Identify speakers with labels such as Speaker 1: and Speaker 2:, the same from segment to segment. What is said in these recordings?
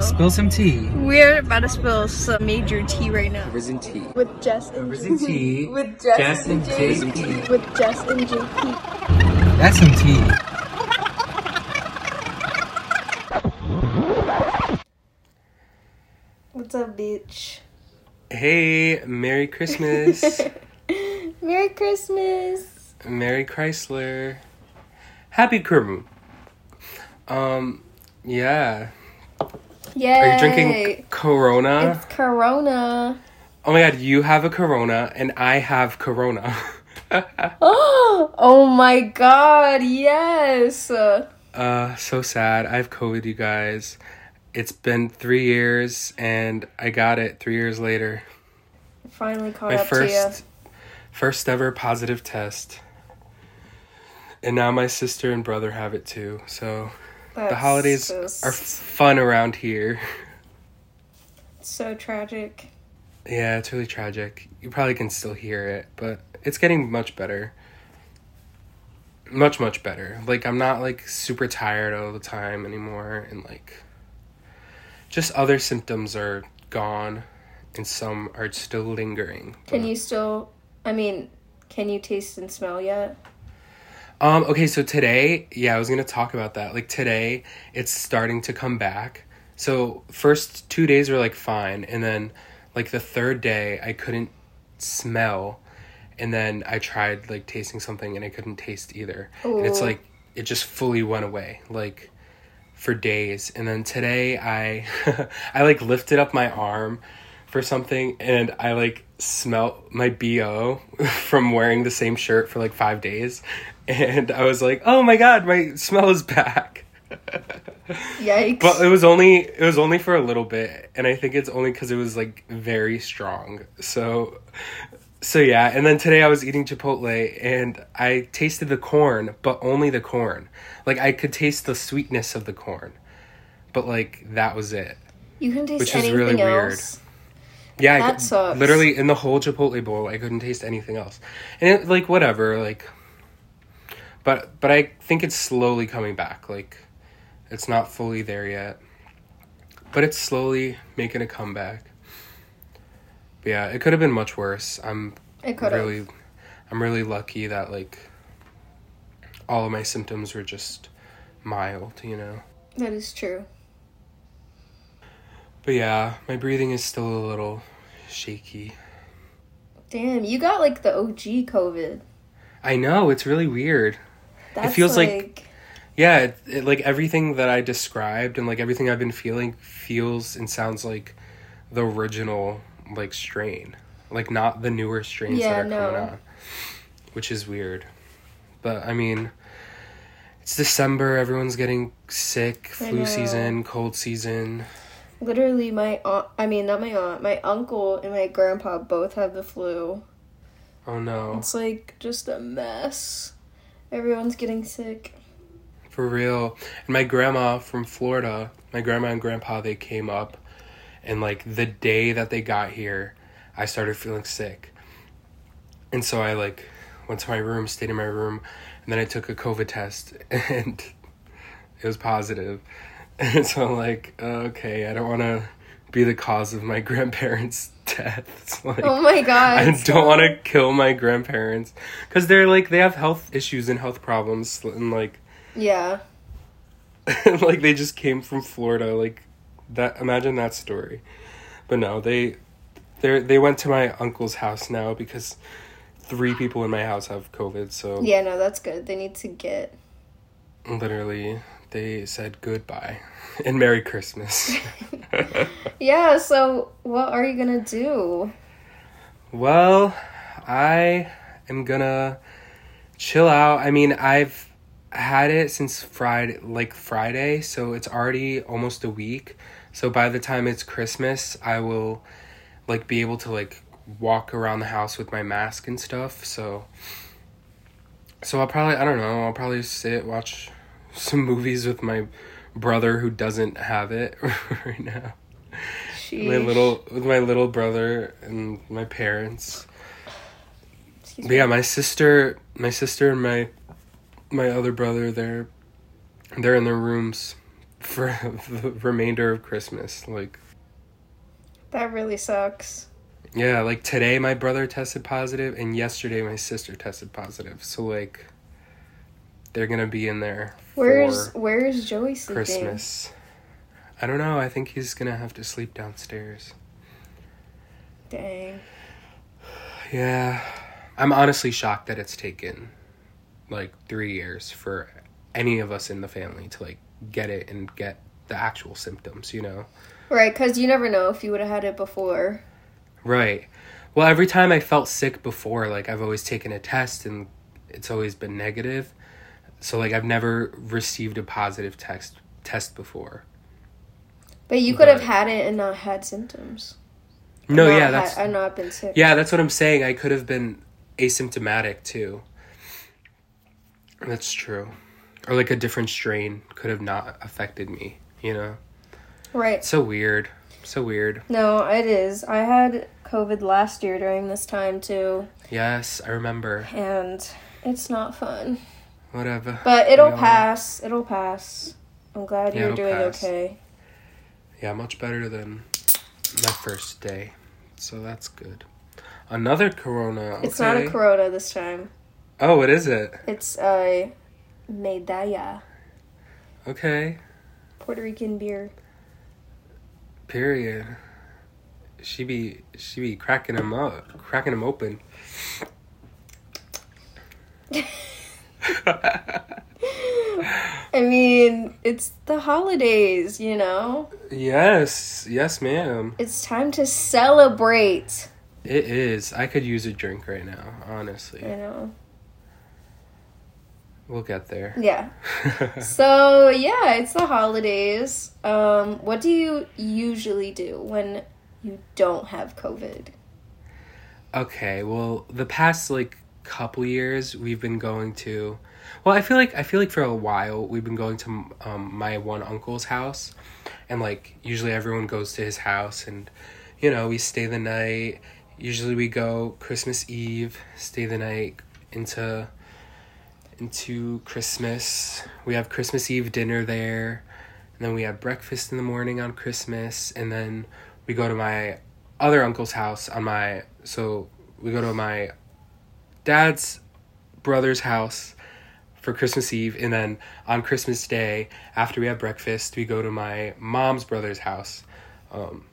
Speaker 1: Spill some tea.
Speaker 2: We're about to spill some major tea right now.
Speaker 1: Risen tea.
Speaker 3: With Jess and
Speaker 1: Risen tea.
Speaker 3: With Jess,
Speaker 1: Jess and
Speaker 3: JP.
Speaker 1: JP.
Speaker 3: With Jess and JP.
Speaker 1: That's some tea.
Speaker 3: What's up, bitch?
Speaker 4: Hey, Merry Christmas.
Speaker 3: Merry Christmas.
Speaker 4: Merry Chrysler. Happy Kurum. Um, yeah.
Speaker 3: Yay.
Speaker 4: Are you drinking Corona?
Speaker 3: It's Corona.
Speaker 4: oh my god, you have a Corona and I have Corona. Uh,
Speaker 3: oh my god, yes.
Speaker 4: uh, so sad. I have COVID, you guys. It's been three years and I got it three years later.
Speaker 3: Finally caught
Speaker 4: My
Speaker 3: up
Speaker 4: first, first ever positive test. And now my sister and brother have it too, so.
Speaker 3: to you. That's
Speaker 4: the holidays
Speaker 3: just
Speaker 4: are fun around here.
Speaker 3: so tragic.
Speaker 4: Yeah, it's really tragic. You probably can still hear it, but it's getting much better. Much, much better. Like, I'm not like super tired all the time anymore, and like, just other symptoms are gone, and some are still lingering.
Speaker 3: Can
Speaker 4: but-
Speaker 3: you still? I mean, can you taste and smell yet?
Speaker 4: Um, okay, so today, yeah, I was gonna talk about that. Like today, it's starting to come back. So first two days were like fine, and then like the third day, I couldn't smell, and then I tried like tasting something, and I couldn't taste either. And it's
Speaker 3: Ooh.
Speaker 4: like it just fully went away, like for days. And then today, I I like lifted up my arm for something, and I like smelt my bo from wearing the same shirt for like five days, and I was like, oh my god, my smell is back.
Speaker 3: Yikes!
Speaker 4: But it was only it was only for a little bit, and I think it's only because it was like very strong. So, so yeah. And then today I was eating Chipotle, and I tasted the corn, but only the corn. Like I could taste the sweetness of the corn, but like that was it.
Speaker 3: you can taste
Speaker 4: which is
Speaker 3: anything
Speaker 4: really weird.
Speaker 3: else.
Speaker 4: Yeah, I
Speaker 3: That
Speaker 4: could-
Speaker 3: sucks.
Speaker 4: Literally in the whole Chipotle bowl, I couldn't taste anything else, and it, like whatever, like. But but I think it's slowly coming back. Like, it's not fully there yet, but it's slowly making a comeback. But yeah, it could have been much worse. I'm
Speaker 3: It could have.
Speaker 4: really, I'm really lucky that like. All of my symptoms were just mild, you know.
Speaker 3: That is true.
Speaker 4: But yeah, my breathing is still a little shaky.
Speaker 3: Damn, you got like the OG COVID.
Speaker 4: I know it's really weird.
Speaker 3: That's
Speaker 4: feels like-
Speaker 3: like
Speaker 4: yeah it, it, like everything that i described and like everything i've been feeling feels and sounds like the original like strain like not the newer strains
Speaker 3: Yeah,
Speaker 4: that are coming
Speaker 3: no.
Speaker 4: out which is weird but i mean it's december everyone's getting sick
Speaker 3: I
Speaker 4: flu
Speaker 3: know.
Speaker 4: season cold season
Speaker 3: Literally, my aunt, I mean, not my aunt, my uncle and my grandpa both have the flu.
Speaker 4: oh no
Speaker 3: It's like just a mess. Everyone's getting sick.
Speaker 4: For real. And my grandma from Florida, my grandma and grandpa, they came up, and like the day that they got here, I started feeling sick. And so I like went to my room, stayed in my room, and then I took a COVID test, and it was positive. And so I'm like, okay, I don't want to be the cause of my grandparents' death. It's like,
Speaker 3: Oh my god.
Speaker 4: I don't want to kill my grandparents because they're like they have health issues and health problems and like
Speaker 3: Yeah.
Speaker 4: like they just came from Florida. Like that. Imagine that story. But no, they they they went to my uncle's house now because three people in my house have COVID. So
Speaker 3: Yeah, no, that's good. They need to get.
Speaker 4: literally, they said goodbye and Merry Christmas.
Speaker 3: Yeah, so what are you gonna do?
Speaker 4: Well, I am gonna chill out. I mean, I've had it since Friday, like Friday, so it's already almost a week. So by the time it's Christmas, I will like be able to like walk around the house with my mask and stuff. So so I'll probably I don't know, I'll probably sit watch some movies with my brother who doesn't have it right now my
Speaker 3: Sheesh.
Speaker 4: little with my little brother and my parents.
Speaker 3: Excuse
Speaker 4: But yeah, my sister, my sister and my my other brother, they're they're in their rooms for the remainder of Christmas. Like,
Speaker 3: That really sucks.
Speaker 4: yeah, like today my brother tested positive, and yesterday my sister tested positive. So like, they're gonna be in there
Speaker 3: Where's
Speaker 4: for
Speaker 3: where's Joey sleeping?
Speaker 4: Christmas. I don't know. I think he's gonna have to sleep downstairs.
Speaker 3: Dang.
Speaker 4: Yeah. I'm honestly shocked that it's taken like three years for any of us in the family to like get it and get the actual symptoms, you know?
Speaker 3: Right, because you never know if you would have had it before.
Speaker 4: Right. Well, every time I felt sick before, like I've always taken a test and it's always been negative. So like I've never received a positive test test before.
Speaker 3: But you could have
Speaker 4: But-
Speaker 3: had it and not had symptoms.
Speaker 4: No,
Speaker 3: Not
Speaker 4: yeah,
Speaker 3: had-
Speaker 4: that's
Speaker 3: I've not been sick.
Speaker 4: Yeah, that's what I'm saying. I could have been asymptomatic too. That's true. Or like a different strain could have not affected me, you know?
Speaker 3: Right.
Speaker 4: So weird. So weird.
Speaker 3: No, it is. I had COVID last year during this time too,
Speaker 4: Yes, I remember.
Speaker 3: and it's not fun.
Speaker 4: Whatever.
Speaker 3: But it'll
Speaker 4: Yeah.
Speaker 3: pass. It'll pass. I'm glad
Speaker 4: Yeah,
Speaker 3: you're
Speaker 4: it'll
Speaker 3: doing
Speaker 4: pass.
Speaker 3: okay.
Speaker 4: Yeah, much better than my first day. So that's good. Another corona.
Speaker 3: It's not a
Speaker 4: okay.
Speaker 3: corona this time.
Speaker 4: Oh, what is it?
Speaker 3: It's a medalla,
Speaker 4: Okay.
Speaker 3: Puerto Rican beer.
Speaker 4: Period. She be she be cracking them up, cracking them open.
Speaker 3: I mean, it's the holidays, you know?
Speaker 4: Yes, yes, ma'am.
Speaker 3: It's time to celebrate.
Speaker 4: It is. I could use a drink right now, honestly.
Speaker 3: You know?
Speaker 4: We'll get there.
Speaker 3: Yeah. So, yeah, it's the holidays. Um, what do you usually do when you don't have COVID?
Speaker 4: okay, well, the past like couple years we've been going to Well, I feel like I feel like for a while we've been going to um, my one uncle's house and like usually everyone goes to his house and you know, we stay the night. Usually we go Christmas Eve, stay the night into into Christmas. We have Christmas Eve dinner there, and then we have breakfast in the morning on Christmas, and then we go to my other uncle's house on my so we go to my dad's brother's house for Christmas Eve, and then on Christmas Day after we have breakfast, we go to my mom's brother's house. Um,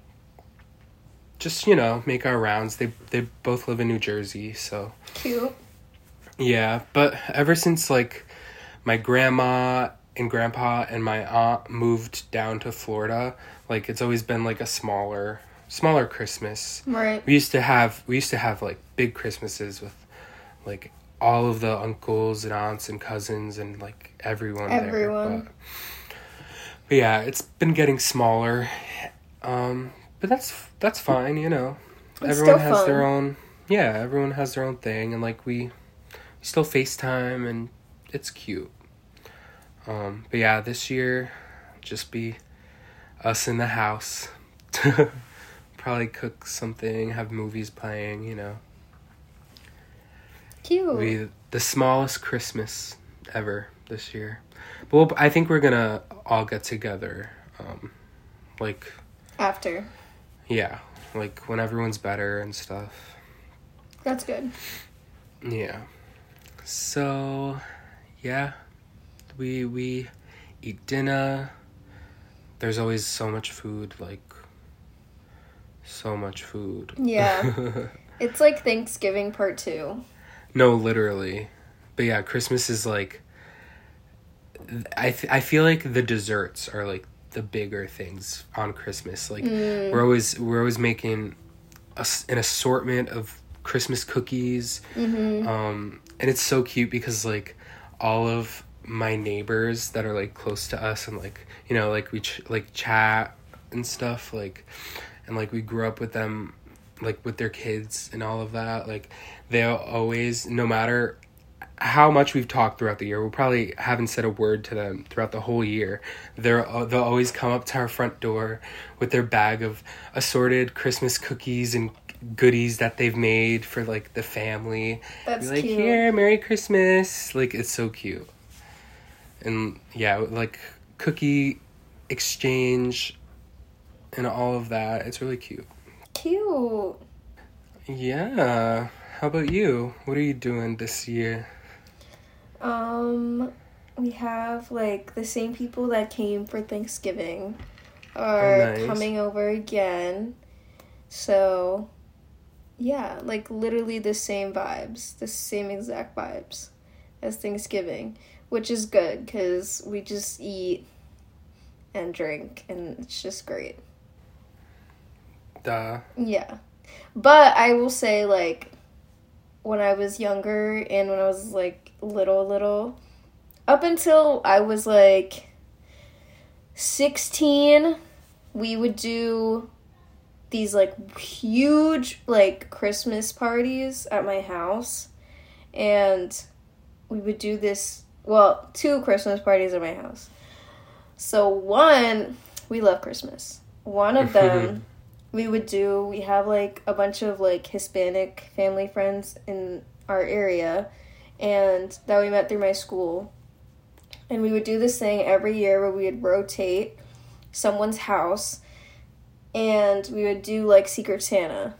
Speaker 4: just you know, make our rounds. They they both live in New Jersey, so
Speaker 3: Cute.
Speaker 4: yeah, but ever since like my grandma and grandpa and my aunt moved down to Florida, like it's always been like a smaller smaller Christmas.
Speaker 3: Right.
Speaker 4: We used to have we used to have like big Christmases with like all of the uncles and aunts and cousins and like everyone there.
Speaker 3: Everyone.
Speaker 4: But, but yeah, it's been getting smaller. Um but that's that's fine, you know.
Speaker 3: It's
Speaker 4: everyone
Speaker 3: still
Speaker 4: has
Speaker 3: fun.
Speaker 4: their own yeah, everyone has their own thing and like we we still FaceTime and it's cute. Um, but yeah, this year just be us in the house. Probably cook something, have movies playing, you know.
Speaker 3: Cute.
Speaker 4: Be the smallest Christmas ever this year. But we'll, I think we're gonna all get together. Um, like,
Speaker 3: After.
Speaker 4: yeah, like when everyone's better and stuff.
Speaker 3: That's good.
Speaker 4: Yeah. So, yeah, we we eat dinner. There's always so much food, like so much food.
Speaker 3: Yeah. It's like Thanksgiving part two.
Speaker 4: no, literally. But yeah, Christmas is like th- I th- I feel like the desserts are like the bigger things on Christmas. Like
Speaker 3: Mm.
Speaker 4: we're always we're always making a s an assortment of Christmas cookies.
Speaker 3: mm-hmm.
Speaker 4: Um, and it's so cute because like all of my neighbors that are like close to us and like you know like we ch- like chat and stuff like and like we grew up with them like with their kids and all of that like they'll always no matter how much we've talked throughout the year we probably haven't said a word to them throughout the whole year they're al- they'll always come up to our front door with their bag of assorted christmas cookies and goodies that they've made for like the family
Speaker 3: That's
Speaker 4: be like
Speaker 3: cute.
Speaker 4: here merry christmas like it's so cute and yeah like cookie exchange and all of that. It's really cute.
Speaker 3: Cute.
Speaker 4: Yeah. How about you? What are you doing this year?
Speaker 3: Um, we have like the same people that came for Thanksgiving are
Speaker 4: nice.
Speaker 3: coming over again. So, yeah, like literally the same vibes, the same exact vibes as Thanksgiving, which is good because we just eat and drink and it's just great.
Speaker 4: Duh.
Speaker 3: Yeah. But I will say, like, when I was younger and when I was, like, little, little, up until I was, like, 16, we would do these, like, huge, like, Christmas parties at my house. And we would do this, well, two Christmas parties at my house. So, one, we love Christmas. One of them we would do we have like a bunch of like hispanic family friends in our area and that we met through my school and we would do this thing every year where we would rotate someone's house and we would do like secret santa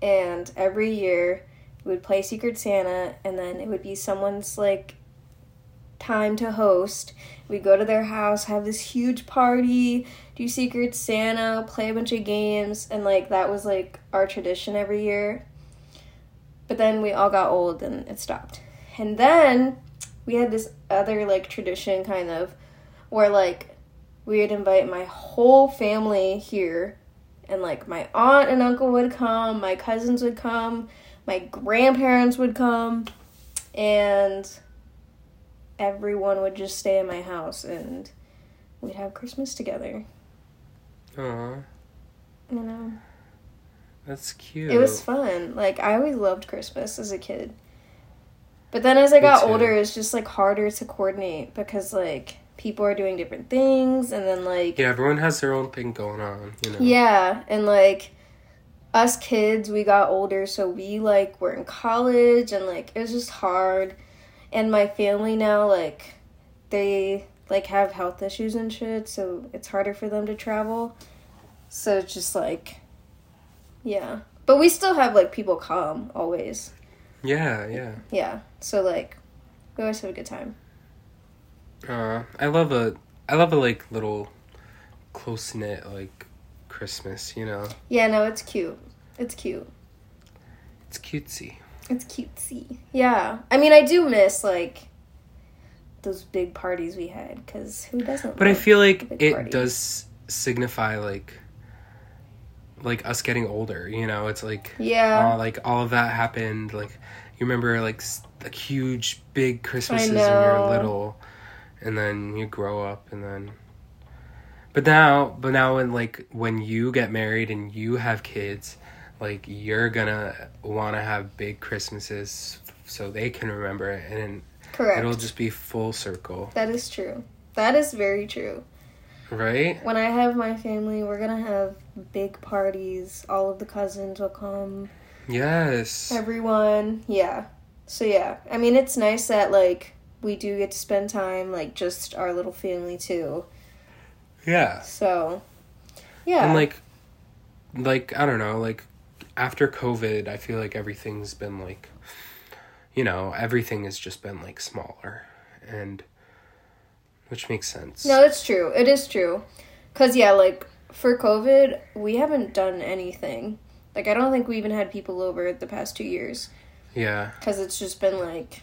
Speaker 3: and every year we would play secret santa and then it would be someone's like time to host we'd go to their house have this huge party do Secret Santa, play a bunch of games, and like that was like our tradition every year. But then we all got old and it stopped. And then we had this other like tradition kind of where like we would invite my whole family here and like my aunt and uncle would come, my cousins would come, my grandparents would come, and everyone would just stay in my house and we'd have Christmas together.
Speaker 4: Aw.
Speaker 3: You know,
Speaker 4: That's cute.
Speaker 3: it was fun. Like I always loved Christmas as a kid, but then as I got
Speaker 4: too.
Speaker 3: older, it's just like harder to coordinate because like people are doing different things, and then like
Speaker 4: Yeah, everyone has their own thing going on, you know.
Speaker 3: yeah, and like us kids, we got older, so we like were in college, and like it was just hard. And my family now, like they like have health issues and shit, so it's harder for them to travel. So it's just like, yeah. But we still have like people come always,
Speaker 4: Yeah, yeah.
Speaker 3: yeah. So like, we always have a good time.
Speaker 4: Uh, I love a I love a like little close knit like Christmas, you know.
Speaker 3: Yeah, no, it's cute. It's cute.
Speaker 4: It's cutesy.
Speaker 3: It's cutesy. Yeah. I mean, I do miss, like, those big parties we had, because who doesn't?
Speaker 4: But I
Speaker 3: love
Speaker 4: feel like
Speaker 3: a big
Speaker 4: it
Speaker 3: party?
Speaker 4: does signify like like us getting older, you know. It's like
Speaker 3: Yeah.
Speaker 4: all, like all of that happened like you remember like s- like huge big Christmases when
Speaker 3: know.
Speaker 4: you're little and then you grow up and then but now but now when like when you get married and you have kids like you're gonna want to have big christmases f- so they can remember it and
Speaker 3: Correct.
Speaker 4: it'll just be full circle
Speaker 3: That is true. That is very true.
Speaker 4: right
Speaker 3: When I have my family, we're going to have big parties. All of the cousins will come.
Speaker 4: yes
Speaker 3: Everyone. Yeah. So, yeah. I mean, it's nice that, like, we do get to spend time, like, just our little family, too.
Speaker 4: yeah
Speaker 3: So, yeah.
Speaker 4: and like like i don't know like after covid i feel like everything's been like you know everything has just been like smaller and which makes sense
Speaker 3: No, it's true. It is true. Cause yeah, like for COVID, we haven't done anything. Like I don't think we even had people over the past two years.
Speaker 4: yeah
Speaker 3: Cause it's just been like,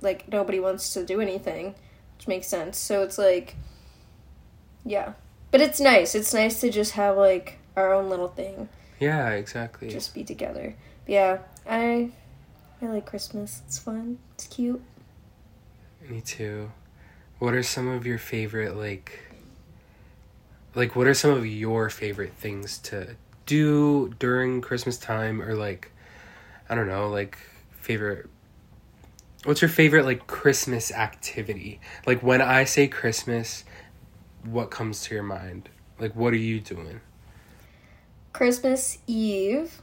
Speaker 3: like nobody wants to do anything, which makes sense. So it's like, yeah. But it's nice. It's nice to just have like our own little thing,
Speaker 4: yeah exactly
Speaker 3: just be together. But yeah, I, I like Christmas. It's fun. It's cute.
Speaker 4: Me too. What are some of your favorite like like what are some of your favorite things to do during Christmas time or like I don't know, like favorite What's your favorite like Christmas activity? Like when I say Christmas, what comes to your mind? Like what are you doing?
Speaker 3: Christmas Eve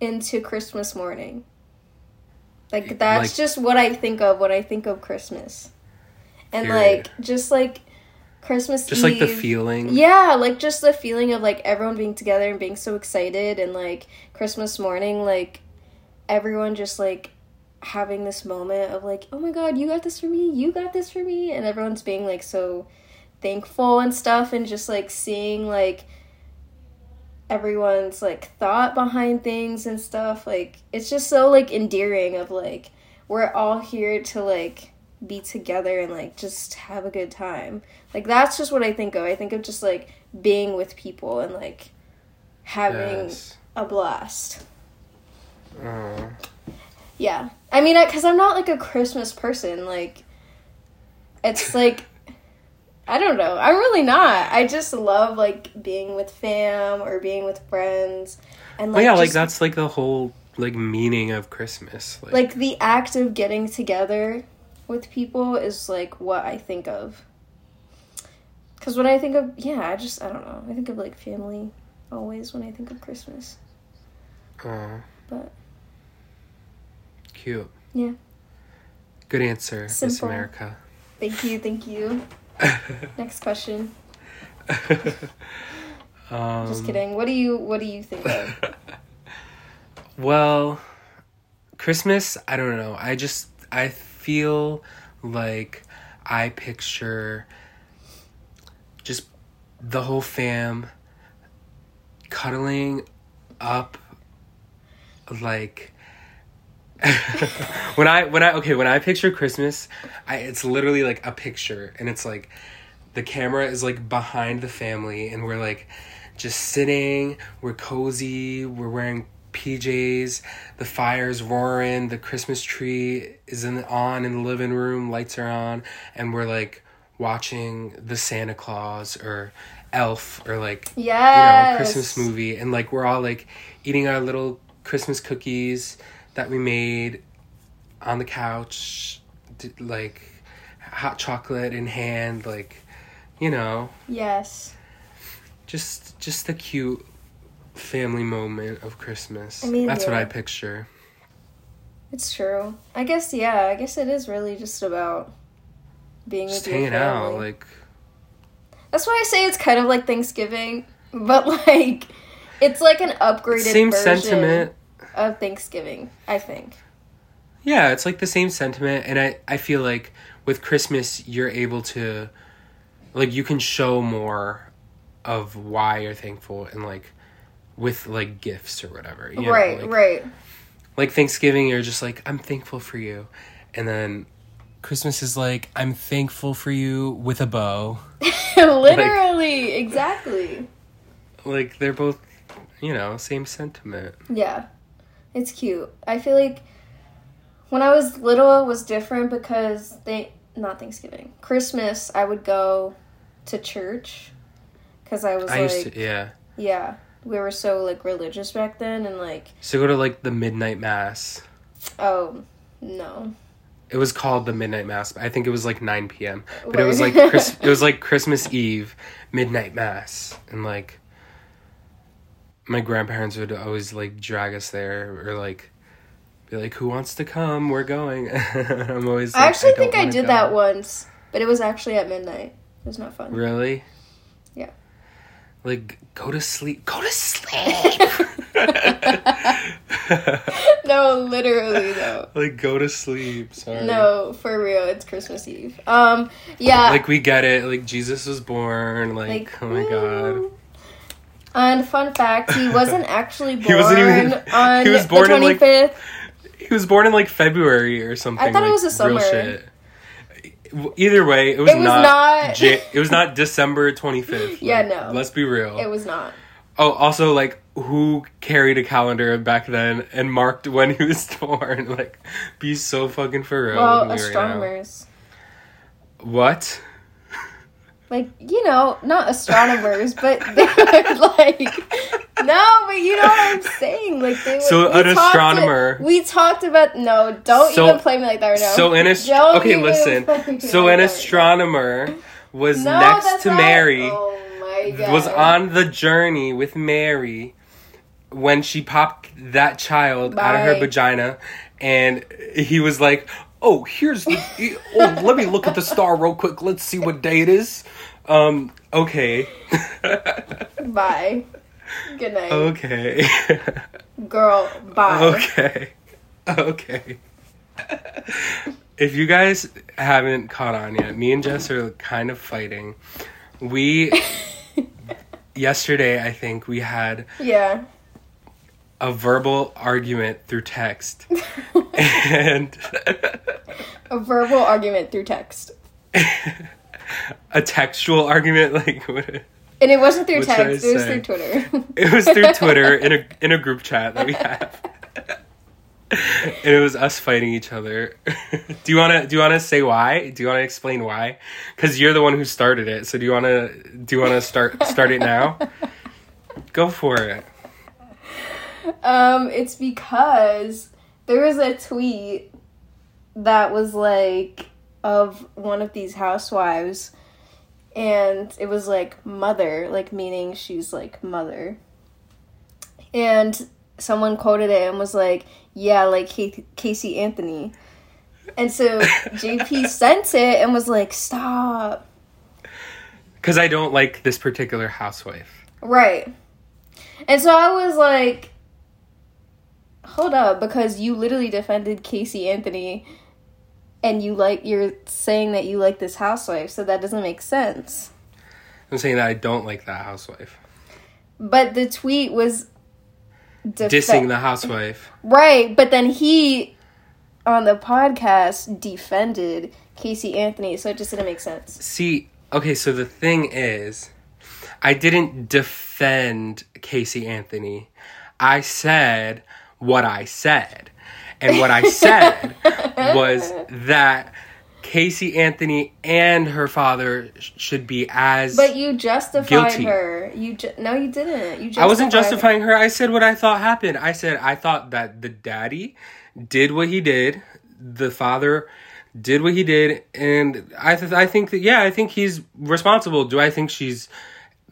Speaker 3: into Christmas morning. Like that's
Speaker 4: Like-
Speaker 3: just what I think of when I think of Christmas. And
Speaker 4: Period.
Speaker 3: like just like Christmas
Speaker 4: Just like the
Speaker 3: Eve.
Speaker 4: feeling.
Speaker 3: Yeah, like just the feeling of like everyone being together and being so excited and like Christmas morning, like everyone just like having this moment of like, oh my god, you got this for me, you got this for me, and everyone's being like so thankful and stuff and just like seeing like everyone's like thought behind things and stuff like it's just so like endearing of like we're all here to like be together and like just have a good time like that's just what i think of i think of just like being with people and like having
Speaker 4: Yes.
Speaker 3: a blast
Speaker 4: Aw.
Speaker 3: yeah. I mean, I because I'm not like a Christmas person. Like, it's like, I don't know. I'm really not. I just love like being with fam or being with friends, and
Speaker 4: But
Speaker 3: like,
Speaker 4: yeah, like
Speaker 3: just-
Speaker 4: that's like the whole like meaning of Christmas. Like,
Speaker 3: like the act of getting together with people is like what I think of. Because when I think of yeah, I just I don't know. I think of like family always when I think of Christmas.
Speaker 4: aw.
Speaker 3: but-
Speaker 4: Uh-huh. cute.
Speaker 3: Yeah.
Speaker 4: Good answer, Miss
Speaker 3: Simple.
Speaker 4: America.
Speaker 3: Thank you, thank you. Next question.
Speaker 4: um,
Speaker 3: Just kidding. What do you what do you think of?
Speaker 4: Well, Christmas, I don't know. I just I feel like I picture just the whole fam cuddling up like when I when I okay, when I picture Christmas, I it's literally like a picture and it's like the camera is like behind the family and we're like just sitting we're cozy we're wearing pjs the fire's roaring the christmas tree is in on in the living room lights are on and we're like watching the santa claus or elf or like you
Speaker 3: Yes.
Speaker 4: know christmas movie and like we're all like eating our little christmas cookies that we made on the couch d- like hot chocolate in hand like you know
Speaker 3: Yes.
Speaker 4: just just the cute family moment of christmas
Speaker 3: I mean,
Speaker 4: that's what
Speaker 3: yeah.
Speaker 4: i picture
Speaker 3: It's true. I guess yeah, I guess it is really just about being
Speaker 4: just
Speaker 3: with your
Speaker 4: hanging out
Speaker 3: family.
Speaker 4: like
Speaker 3: That's why I say it's kind of like Thanksgiving, but like it's like an upgraded
Speaker 4: same
Speaker 3: version
Speaker 4: sentiment
Speaker 3: of Thanksgiving, I think.
Speaker 4: yeah it's like the same sentiment and i i feel like with christmas you're able to like you can show more of why you're thankful and like with like gifts or whatever you know,
Speaker 3: right,
Speaker 4: like-
Speaker 3: right.
Speaker 4: like Thanksgiving, you're just like, I'm thankful for you. And then Christmas is like, I'm thankful for you with a bow.
Speaker 3: Literally, exactly.
Speaker 4: Like, they're both, you know, same sentiment.
Speaker 3: Yeah. It's cute. I feel like when I was little it was different because they not Thanksgiving. Christmas I would go to church cuz I was
Speaker 4: I
Speaker 3: like
Speaker 4: used to, yeah.
Speaker 3: Yeah. We were so like religious back then and like
Speaker 4: So go to like the midnight mass.
Speaker 3: oh no.
Speaker 4: It was called the midnight mass. But I think it was like 9 p.m. But it was like
Speaker 3: Word.
Speaker 4: Chris- it was like Christmas Eve midnight mass, and like my grandparents would always like drag us there or like be like, "Who wants to come? We're going." I'm always. Like,
Speaker 3: I actually
Speaker 4: don't
Speaker 3: think I
Speaker 4: wanna
Speaker 3: did
Speaker 4: go."
Speaker 3: that once, but it was actually at midnight. It was not fun.
Speaker 4: Really?
Speaker 3: Yeah.
Speaker 4: Like go to sleep. Go to sleep.
Speaker 3: no, literally though.
Speaker 4: like go to sleep. Sorry.
Speaker 3: No, for real, it's Christmas Eve. Um yeah.
Speaker 4: Like we get it. Like Jesus was born. Like, oh my god.
Speaker 3: woo. And fun fact, he wasn't actually born
Speaker 4: He wasn't even-
Speaker 3: on
Speaker 4: he was born
Speaker 3: the
Speaker 4: in,
Speaker 3: 25th.
Speaker 4: like, He was born in like February or something.
Speaker 3: I thought it
Speaker 4: like,
Speaker 3: was a
Speaker 4: real
Speaker 3: summer.
Speaker 4: shit. Either way, it was,
Speaker 3: It was
Speaker 4: not.
Speaker 3: not-
Speaker 4: Ja- it was not December twenty fifth.
Speaker 3: Yeah, no.
Speaker 4: Let's be real.
Speaker 3: it was not.
Speaker 4: oh, also like who carried a calendar back then and marked when he was born? Like, be so fucking for real. with me Oh, right
Speaker 3: Well,
Speaker 4: now.
Speaker 3: astronomers.
Speaker 4: What?
Speaker 3: like, you know, not astronomers, but they were like. No, but you know what I'm saying. Like they were,
Speaker 4: So
Speaker 3: we
Speaker 4: an
Speaker 3: talked-
Speaker 4: astronomer-
Speaker 3: we talked about no. Don't
Speaker 4: So-
Speaker 3: even play me like that right now.
Speaker 4: So an ast-
Speaker 3: Don't
Speaker 4: okay,
Speaker 3: even play
Speaker 4: listen.
Speaker 3: me
Speaker 4: So
Speaker 3: like
Speaker 4: an
Speaker 3: that right
Speaker 4: astronomer was
Speaker 3: now. No,
Speaker 4: next
Speaker 3: that's
Speaker 4: to
Speaker 3: not-
Speaker 4: Mary,
Speaker 3: Oh my god.
Speaker 4: was on the journey with Mary when she popped that child out of her
Speaker 3: Bye.
Speaker 4: vagina, and he was like, "Oh, here's the. oh, let me look at the star real quick. Let's see what day it is." Um, okay.
Speaker 3: Bye. Good night.
Speaker 4: Oh. okay.
Speaker 3: Girl, bye.
Speaker 4: okay. Okay. if you guys haven't caught on yet, me and Jess are kind of fighting. We yesterday, I think, we had
Speaker 3: Yeah.
Speaker 4: a verbal argument through text. and
Speaker 3: A verbal argument through text.
Speaker 4: a textual argument like what
Speaker 3: And it wasn't through
Speaker 4: What should
Speaker 3: text,
Speaker 4: I
Speaker 3: it was
Speaker 4: say?
Speaker 3: through Twitter.
Speaker 4: It was through Twitter in a in a group chat that we have. and it was us fighting each other. do you wanna do you wanna say why? Do you wanna explain why? Because you're the one who started it. So do you wanna do you wanna start start it now? Go for it.
Speaker 3: Um, it's because there was a tweet that was like of one of these housewives, and it was like mother, like meaning she's like mother. And someone quoted it and was like, "Yeah, like Ca- Casey Anthony." And so JP sent it and was like, "Stop."
Speaker 4: Because I don't like this particular housewife.
Speaker 3: Right. And so I was like, hold up, because you literally defended Casey Anthony and you like you're saying that you like this housewife, so that doesn't make sense.
Speaker 4: I'm saying that I don't like that housewife.
Speaker 3: But the tweet was defe-
Speaker 4: Dissing the housewife.
Speaker 3: Right, but then he on the podcast defended Casey Anthony, so it just didn't make sense.
Speaker 4: See, okay, so the thing is, I didn't defend Casey Anthony. I said what I said. And what I said was that Casey Anthony and her father sh- should be as.
Speaker 3: But you justified
Speaker 4: Guilty.
Speaker 3: her. You ju- no, you didn't. You justified
Speaker 4: I wasn't justifying her. I said what I thought happened. I said I thought that the daddy did what he did, the father did what he did, and I th- I think that yeah, I think he's responsible. Do I think she's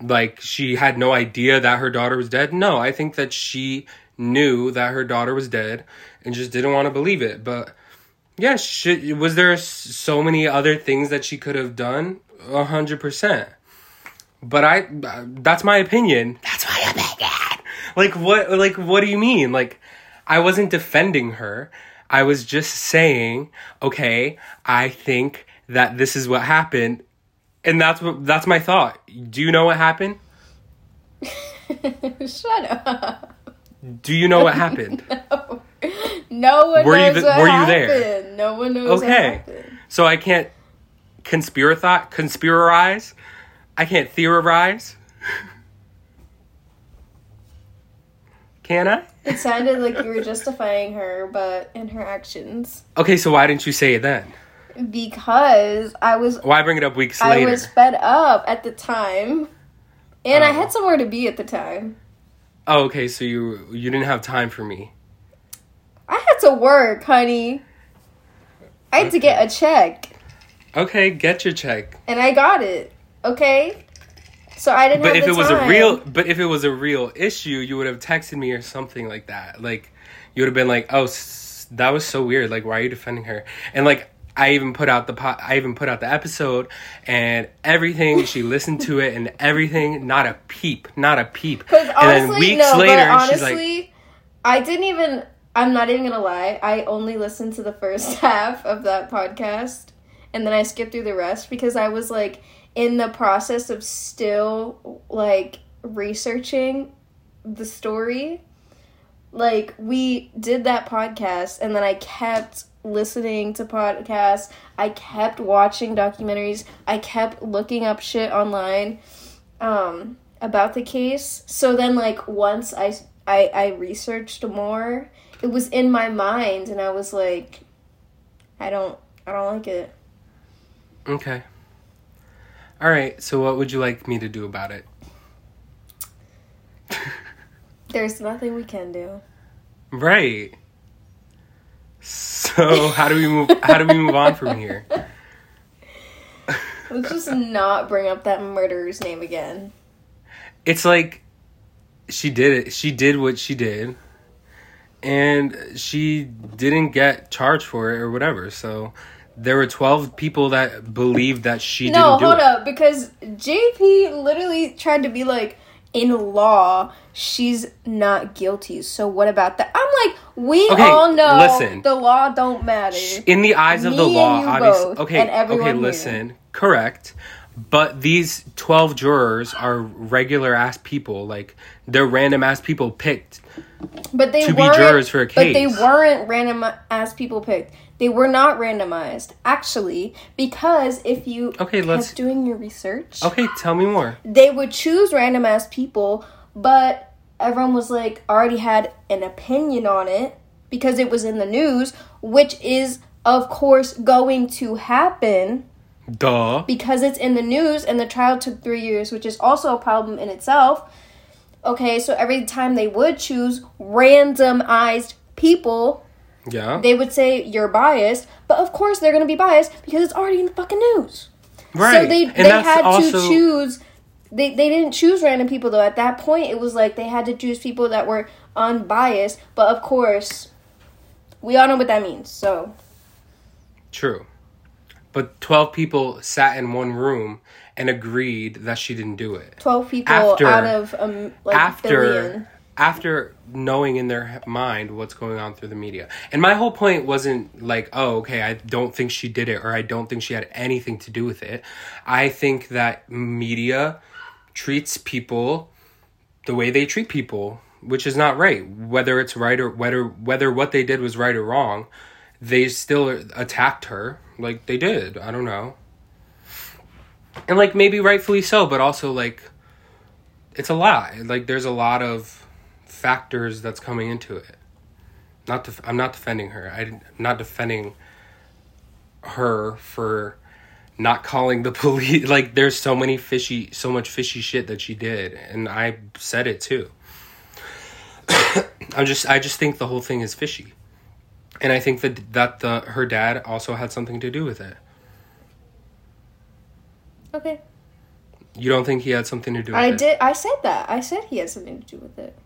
Speaker 4: like she had no idea that her daughter was dead? No, I think that she knew that her daughter was dead and just didn't want to believe it. But yeah, should, was there s- so many other things that she could have done? A hundred percent. But I, that's my opinion. That's my opinion. Like what? Like what do you mean? Like, I wasn't defending her. I was just saying, okay, I think that this is what happened, and that's what that's my thought. Do you know what happened?
Speaker 3: Shut up.
Speaker 4: Do you know what happened?
Speaker 3: No one
Speaker 4: Were you
Speaker 3: knows
Speaker 4: th-
Speaker 3: what
Speaker 4: were you
Speaker 3: happened.
Speaker 4: there?
Speaker 3: No one knows what
Speaker 4: Okay.
Speaker 3: happened.
Speaker 4: so I can't conspira thought conspirarize. I can't theorize. Can I?
Speaker 3: It sounded like you were justifying her, but in her actions.
Speaker 4: Okay, so why didn't you say it then?
Speaker 3: Because I was
Speaker 4: Why bring it up weeks
Speaker 3: I
Speaker 4: later?
Speaker 3: was fed up at the time. And I had somewhere to be at the time.
Speaker 4: Oh, okay. So you you didn't have time for me.
Speaker 3: I had to work, honey. I had to get a check.
Speaker 4: Okay, get your check.
Speaker 3: And I got it. Okay? So I didn't
Speaker 4: But
Speaker 3: have
Speaker 4: if
Speaker 3: the
Speaker 4: it was a
Speaker 3: time.
Speaker 4: real, but if it was a real issue, you would have texted me or something like that. Like you would have been like, "Oh, s- that was so weird. Like, why are you defending her?" And like I even put out the pot. I even put out the episode and everything. She listened to it and everything. Not a peep. Not a peep.
Speaker 3: Because
Speaker 4: and
Speaker 3: honestly, no, but honestly, I didn't even. I'm not even gonna lie. I only listened to the first half of that podcast, and then I skipped through the rest because I was like in the process of still like researching the story. Like we did that podcast, and then I kept listening to podcasts. I kept watching documentaries. I kept looking up shit online. Um, about the case. So then, like once I I, I researched more, it was in my mind, and I was like, I don't I don't like it.
Speaker 4: like okay. All right. So what would you like me to do about it?
Speaker 3: There's nothing we can do.
Speaker 4: Right. So how do we move? How do we move on from here?
Speaker 3: Let's just not bring up that murderer's name again.
Speaker 4: It's like she did it. She did what she did, and she didn't get charged for it or whatever. So there were 12 people that believed that she didn't
Speaker 3: No,
Speaker 4: do
Speaker 3: hold
Speaker 4: it.
Speaker 3: up, because JP literally tried to be like, in law, she's not guilty. So what about that? I'm like, we
Speaker 4: Okay,
Speaker 3: all know
Speaker 4: listen.
Speaker 3: the law don't matter.
Speaker 4: Sh- In the eyes of
Speaker 3: Me
Speaker 4: the
Speaker 3: and
Speaker 4: law,
Speaker 3: you both,
Speaker 4: obviously.
Speaker 3: and
Speaker 4: Okay,
Speaker 3: everyone
Speaker 4: okay,
Speaker 3: here.
Speaker 4: listen. Correct. But these 12 jurors are regular ass people. Like, they're random ass people picked.
Speaker 3: but they
Speaker 4: to be
Speaker 3: weren't,
Speaker 4: jurors for a
Speaker 3: But they
Speaker 4: case.
Speaker 3: weren't random as people picked. They were not randomized, actually, because if you
Speaker 4: Okay, let's-
Speaker 3: kept doing your research,
Speaker 4: Okay, tell me more.
Speaker 3: they would choose random ass people, but everyone was like already had an opinion on it because it was in the news, which is of course going to happen
Speaker 4: Duh.
Speaker 3: because it's in the news and the trial took 3 years, which is also a problem in itself. Okay, so every time they would choose randomized people,
Speaker 4: Yeah.
Speaker 3: they would say you're biased, but of course they're going to be biased because it's already in the fucking news.
Speaker 4: right.
Speaker 3: So they
Speaker 4: and
Speaker 3: they
Speaker 4: that's
Speaker 3: had
Speaker 4: also,
Speaker 3: to choose. They they didn't choose random people though. At that point, it was like they had to choose people that were unbiased. But of course, we all know what that means. So
Speaker 4: True. But 12 people sat in one room and agreed that she didn't do it.
Speaker 3: twelve people
Speaker 4: After-
Speaker 3: out of um like billion.
Speaker 4: after after knowing in their he- mind what's going on through the media. And my whole point wasn't like, oh, okay, I don't think she did it or I don't think she had anything to do with it. I think that media treats people the way they treat people, which is not right. Whether it's right or whether whether what they did was right or wrong, they still attacked her like they did. I don't know. And like maybe rightfully so, but also like it's a lot. Like there's a lot of factors that's coming into it. Not def- I'm not defending her. I didn't- I'm not defending her for not calling the police. Like there's so many fishy, so much fishy shit that she did, and I said it too. I'm just I just think the whole thing is fishy, and I think that that the her dad also had something to do with it.
Speaker 3: Okay,
Speaker 4: You don't think he had something to do with
Speaker 3: I
Speaker 4: it?
Speaker 3: did. I said that. I said he had something to do with it.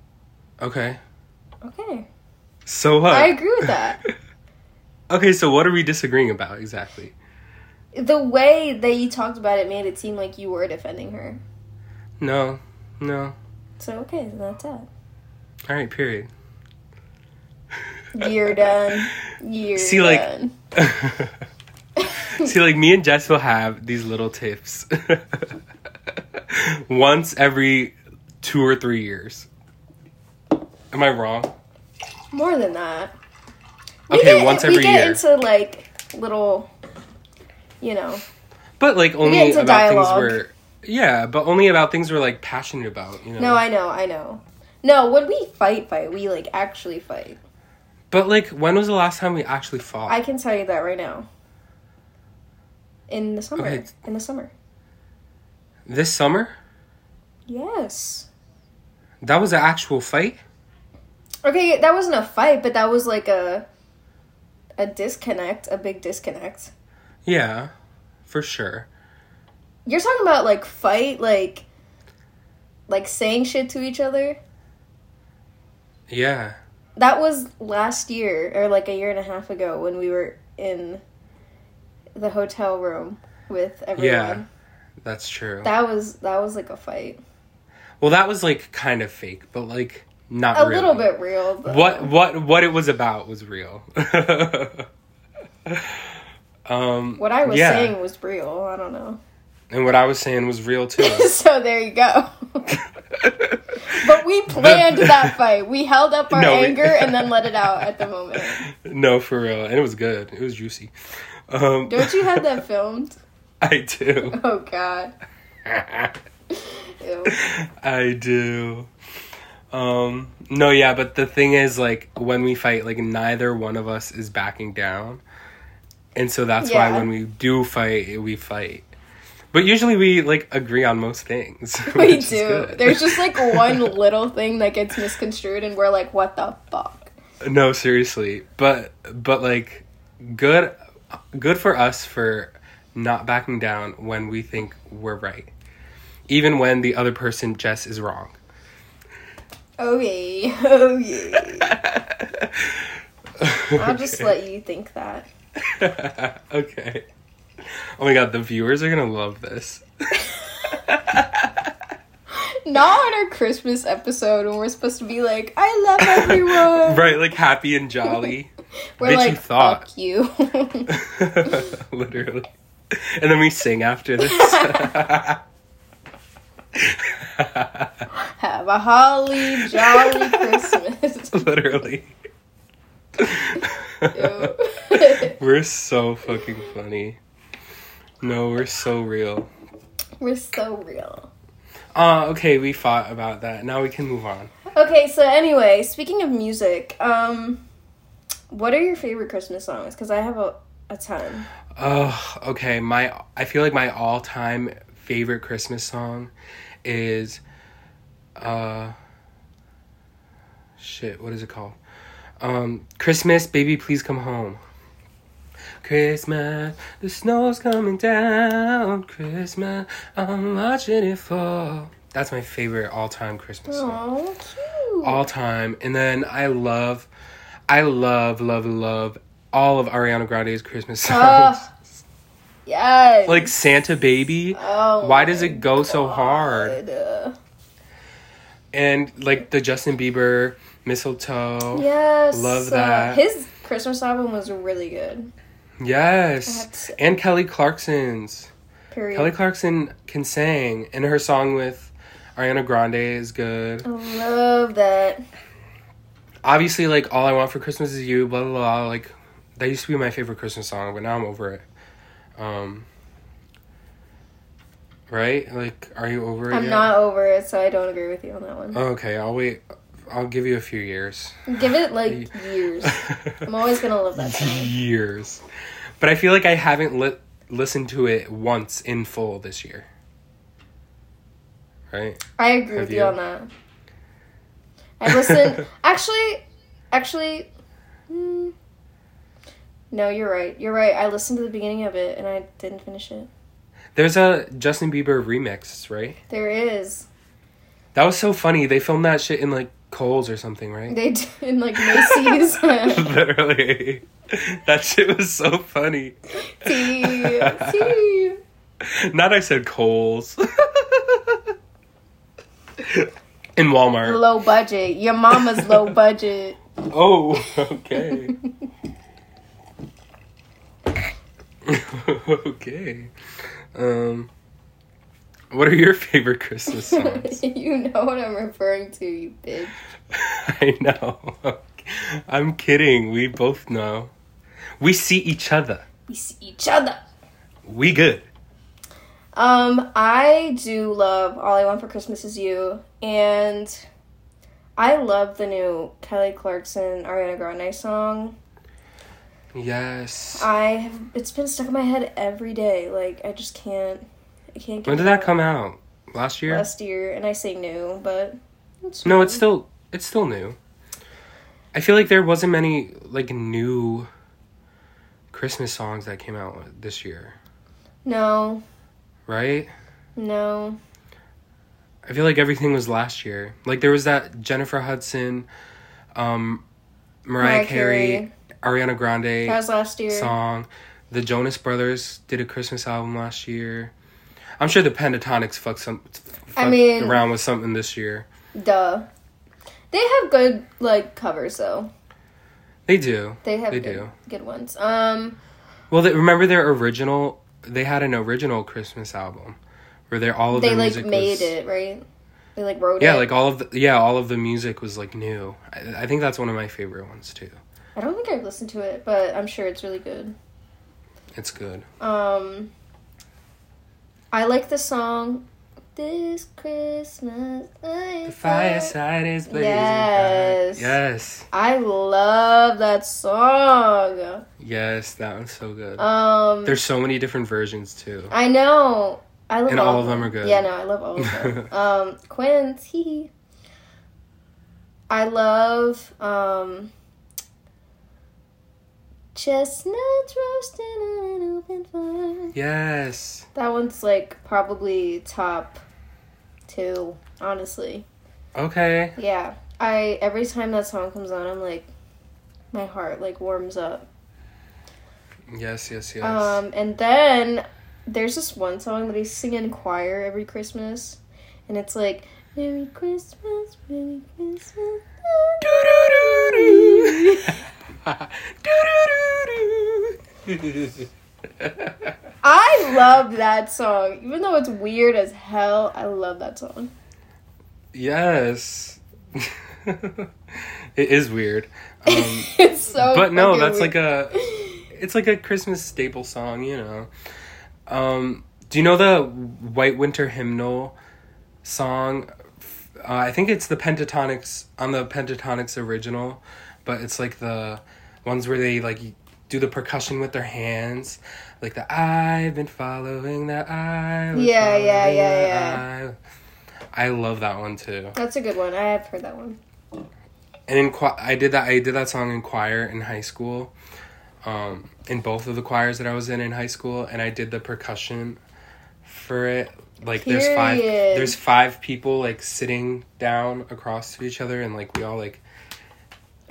Speaker 4: Okay.
Speaker 3: Okay,
Speaker 4: So what?
Speaker 3: I agree with that.
Speaker 4: Okay, so what are we disagreeing about exactly?
Speaker 3: the way that you talked about it made it seem like you were defending her.
Speaker 4: No, no.
Speaker 3: So okay, that's it.
Speaker 4: All right, period.
Speaker 3: You're done. You're
Speaker 4: See, like-
Speaker 3: done.
Speaker 4: See, like me and Jess will have these little tips once every two or three years. Am I wrong?
Speaker 3: More than that.
Speaker 4: Okay, once every
Speaker 3: we get
Speaker 4: year.
Speaker 3: into like little, you know.
Speaker 4: But like only
Speaker 3: into
Speaker 4: about
Speaker 3: dialogue.
Speaker 4: things we're yeah, but only about things we're like passionate about, you know.
Speaker 3: No, I know, I know. No, when we fight, fight, we like actually fight.
Speaker 4: but like, when was the last time we actually fought?
Speaker 3: I can tell you that right now. In the summer.
Speaker 4: Okay.
Speaker 3: In the summer.
Speaker 4: this summer?
Speaker 3: Yes.
Speaker 4: That was an actual fight.
Speaker 3: Okay, that wasn't a fight, but that was like a a disconnect, a big disconnect.
Speaker 4: Yeah, for sure.
Speaker 3: You're talking about like fight, like like saying shit to each other.
Speaker 4: Yeah.
Speaker 3: That was last year or like a year and a half ago when we were in the hotel room with everyone.
Speaker 4: Yeah. That's true.
Speaker 3: That was that was like a fight.
Speaker 4: well, that was like kind of fake, but like not
Speaker 3: A
Speaker 4: really.
Speaker 3: little bit real. But
Speaker 4: what what what it was about was real. um
Speaker 3: what I was
Speaker 4: yeah.
Speaker 3: saying was real. I don't know.
Speaker 4: and what I was saying was real too.
Speaker 3: so there you go. but we planned that fight. We held up our
Speaker 4: No, we-
Speaker 3: anger and then let it out at the moment.
Speaker 4: no, for real. And it was good. It was juicy. Um
Speaker 3: Don't you have that filmed?
Speaker 4: I do.
Speaker 3: Oh god. Ew.
Speaker 4: I do. Um no, yeah, but the thing is like when we fight like neither one of us is backing down. And so that's
Speaker 3: Yeah.
Speaker 4: why when we do fight, we fight. But usually we like agree on most things.
Speaker 3: We
Speaker 4: which is
Speaker 3: do.
Speaker 4: good.
Speaker 3: There's just like one little thing that gets misconstrued, and we're like, what the fuck?
Speaker 4: No, seriously. But but like good good for us for not backing down when we think we're right. Even when the other person Jess is wrong.
Speaker 3: Oh yeah. Oh yeah. I'll just let you think that.
Speaker 4: okay. Oh my god, the viewers are gonna love this.
Speaker 3: Not on our Christmas episode when we're supposed to be like, I love everyone.
Speaker 4: right, like happy and jolly.
Speaker 3: We're
Speaker 4: Bitch, you
Speaker 3: like,
Speaker 4: thought.
Speaker 3: fuck you.
Speaker 4: Literally. And then we sing after this.
Speaker 3: Have a holly jolly Christmas.
Speaker 4: Literally.
Speaker 3: Ew.
Speaker 4: we're so fucking funny. No, we're so real.
Speaker 3: we're so real.
Speaker 4: Uh, okay, we fought about that. Now we can move on.
Speaker 3: Okay, so anyway, speaking of music, um, what are your favorite Christmas songs? Because I have a, a ton.
Speaker 4: Oh, okay. My I feel like my all-time favorite Christmas song is uh shit, what is it called? Um Christmas Baby Please Come Home. Christmas, the snow's coming down. Christmas, I'm watching it fall. That's my favorite all-time Christmas song
Speaker 3: Oh, cute.
Speaker 4: all time. And then I love, I love, love, love all of Ariana Grande's Christmas songs.
Speaker 3: Ah, yes.
Speaker 4: like Santa Baby.
Speaker 3: oh,
Speaker 4: Why does it go so hard?
Speaker 3: God. Uh,
Speaker 4: And like the Justin Bieber mistletoe.
Speaker 3: Yes.
Speaker 4: Oh, Love
Speaker 3: uh,
Speaker 4: that.
Speaker 3: His Christmas album was really good. I have
Speaker 4: Yes.
Speaker 3: to-
Speaker 4: And Kelly Clarkson's.
Speaker 3: Period.
Speaker 4: Kelly Clarkson can sing. And her song with Ariana Grande is good.
Speaker 3: I love that.
Speaker 4: Obviously, like All I Want for Christmas is You, blah, blah, blah. Like that used to be my favorite Christmas song, but now I'm over it. Um, right? Like, are you over it
Speaker 3: I'm
Speaker 4: yet?
Speaker 3: not over it, so I don't agree with you on that one.
Speaker 4: Okay, I'll wait. I'll give you a few years.
Speaker 3: Give it like years. I'm always gonna love that song.
Speaker 4: years. But I feel like I haven't li- listened to it once in full this year. Right?
Speaker 3: I agree
Speaker 4: Have
Speaker 3: with you,
Speaker 4: you?
Speaker 3: on that. I listened. actually, actually, mm, no, you're right. You're right. I listened to the beginning of it and I didn't finish it.
Speaker 4: There's a Justin Bieber remix, right?
Speaker 3: There is.
Speaker 4: That was so funny. They filmed that shit in like Coles or something, right?
Speaker 3: They did in like Macy's.
Speaker 4: Literally. That shit was so funny.
Speaker 3: Tea. Tea.
Speaker 4: Not I said Coles. in Walmart.
Speaker 3: Low budget. Your mama's low budget.
Speaker 4: Oh, okay. okay. Um, what are your favorite Christmas songs?
Speaker 3: you know what I'm referring to, you bitch.
Speaker 4: I know. I'm kidding. We both know. We see each other.
Speaker 3: We see each other.
Speaker 4: We good.
Speaker 3: Um, I do love All I Want for Christmas Is You, and I love the new Kelly Clarkson Ariana Grande song.
Speaker 4: Yes.
Speaker 3: I have, it's been stuck in my head every day. Like I just can't, I can't. Get
Speaker 4: When did
Speaker 3: it
Speaker 4: that
Speaker 3: out.
Speaker 4: come out? Last year?
Speaker 3: Last year, and I say new, but it's
Speaker 4: No, it's still it's still new. I feel like there wasn't many like new Christmas songs that came out this year,
Speaker 3: no,
Speaker 4: right?
Speaker 3: no.
Speaker 4: I feel like everything was last year. Like there was that Jennifer Hudson, um, Mariah,
Speaker 3: Mariah
Speaker 4: Carey, Ariana Grande
Speaker 3: That was last year.
Speaker 4: song. The Jonas Brothers did a Christmas album last year. I'm sure the Pentatonics fucked some.
Speaker 3: I
Speaker 4: fucked
Speaker 3: mean-
Speaker 4: around with something this year.
Speaker 3: Duh. They have good like covers though.
Speaker 4: They do.
Speaker 3: They have
Speaker 4: They
Speaker 3: good,
Speaker 4: do.
Speaker 3: good ones. Um,
Speaker 4: Well, they, remember their original. They had an original Christmas album where they all of
Speaker 3: they
Speaker 4: their
Speaker 3: like
Speaker 4: music
Speaker 3: made
Speaker 4: was,
Speaker 3: it right. They like wrote
Speaker 4: Yeah,
Speaker 3: it.
Speaker 4: like all of the, yeah, all of the music was like new. I, I think that's one of my favorite ones too.
Speaker 3: I don't think I've listened to it, but I'm sure it's really good.
Speaker 4: It's good.
Speaker 3: Um, I like the song "This Christmas."
Speaker 4: The fireside is blazing.
Speaker 3: Yes.
Speaker 4: bright. Yes.
Speaker 3: I love that song.
Speaker 4: Yes, that one's so good.
Speaker 3: Um,
Speaker 4: There's so many different versions too.
Speaker 3: I know. I love
Speaker 4: And all of them are good.
Speaker 3: Yeah, no, I love all of them. um, Quinn's hee. I love um, chestnuts roasting on an open fire.
Speaker 4: Yes.
Speaker 3: That one's like probably top two, honestly.
Speaker 4: Okay.
Speaker 3: Yeah, I every time that song comes on, I'm like, my heart like warms up.
Speaker 4: Yes, yes, yes.
Speaker 3: Um, and then there's this one song that I sing in choir every Christmas, and it's like Merry Christmas, Merry Christmas.
Speaker 4: Doo-doo-doo-doo. Doo-doo-doo-doo.
Speaker 3: I love that song, even though it's weird as hell. I love that song.
Speaker 4: yes. it is weird. Um,
Speaker 3: it's so.
Speaker 4: but no,
Speaker 3: fucking
Speaker 4: that's like
Speaker 3: weird.
Speaker 4: a it's like a Christmas staple song, you know. Um, do you know the White Winter Hymnal song? Uh, I think it's the Pentatonics on the Pentatonics original, but it's like the ones where they like do the percussion with their hands, like the I've been following the I. was
Speaker 3: Yeah, yeah,
Speaker 4: following
Speaker 3: yeah,
Speaker 4: the
Speaker 3: yeah.
Speaker 4: I. I love that one too.
Speaker 3: That's a good one. I have heard that one.
Speaker 4: And in cho- I did that. I did that song in choir in high school, um, in both of the choirs that I was in in high school, and I did the percussion for it. Like there's five.
Speaker 3: Period.
Speaker 4: There's five people like sitting down across to each other, and like we all like.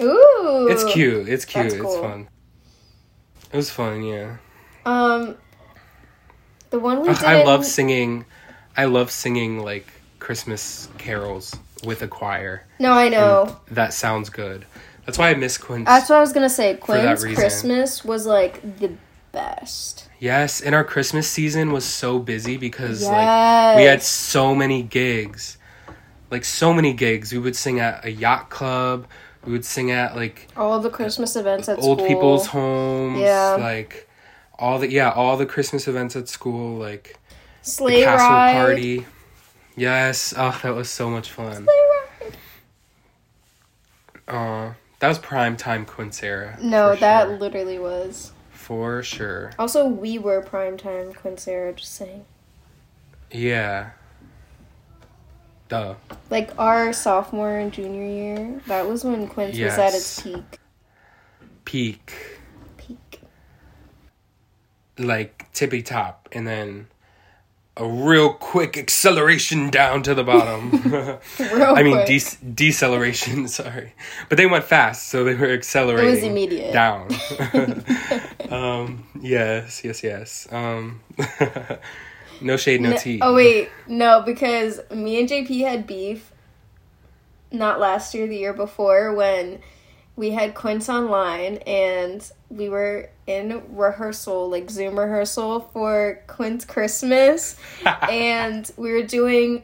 Speaker 3: Ooh,
Speaker 4: It's cute. It's cute.
Speaker 3: that's
Speaker 4: It's
Speaker 3: cool.
Speaker 4: fun. It was fun. Yeah.
Speaker 3: Um, the one we
Speaker 4: Ugh,
Speaker 3: did.
Speaker 4: I
Speaker 3: in-
Speaker 4: love singing. I love singing like Christmas carols with a choir.
Speaker 3: No, I know.
Speaker 4: That sounds good. That's why I miss Quince.
Speaker 3: That's what I was gonna say.
Speaker 4: that
Speaker 3: Quinn's
Speaker 4: reason.
Speaker 3: Christmas was like the best.
Speaker 4: Yes, and our Christmas season was so busy because
Speaker 3: Yes.
Speaker 4: like we had so many gigs. Like so many gigs. We would sing at a yacht club, we would sing at like
Speaker 3: All the Christmas events at
Speaker 4: old
Speaker 3: school.
Speaker 4: people's homes,
Speaker 3: Yeah.
Speaker 4: like all the yeah, all the Christmas events at school, like
Speaker 3: sleigh
Speaker 4: the castle
Speaker 3: ride.
Speaker 4: party. Yes, oh that was so much fun. Uh that was prime time Quince era.
Speaker 3: No,
Speaker 4: for
Speaker 3: that
Speaker 4: sure.
Speaker 3: literally was.
Speaker 4: for sure.
Speaker 3: Also, we were primetime Quincera, just saying.
Speaker 4: Yeah. Duh.
Speaker 3: Like our sophomore and junior year, that was when Quince was at its
Speaker 4: Yes.
Speaker 3: peak.
Speaker 4: Peak.
Speaker 3: Peak.
Speaker 4: like tippy top and then a real quick acceleration down to the bottom.
Speaker 3: Real
Speaker 4: I mean
Speaker 3: quick.
Speaker 4: de- deceleration, sorry. But they went fast, so they were accelerating.
Speaker 3: immediate.
Speaker 4: Down. um, yes, yes, yes. Um, no shade, no,
Speaker 3: No-
Speaker 4: tea.
Speaker 3: oh wait, no, because me and JP had beef. Not last year, the year before, when we had Quince online and we were in rehearsal, like Zoom rehearsal for Quince Christmas, and we were doing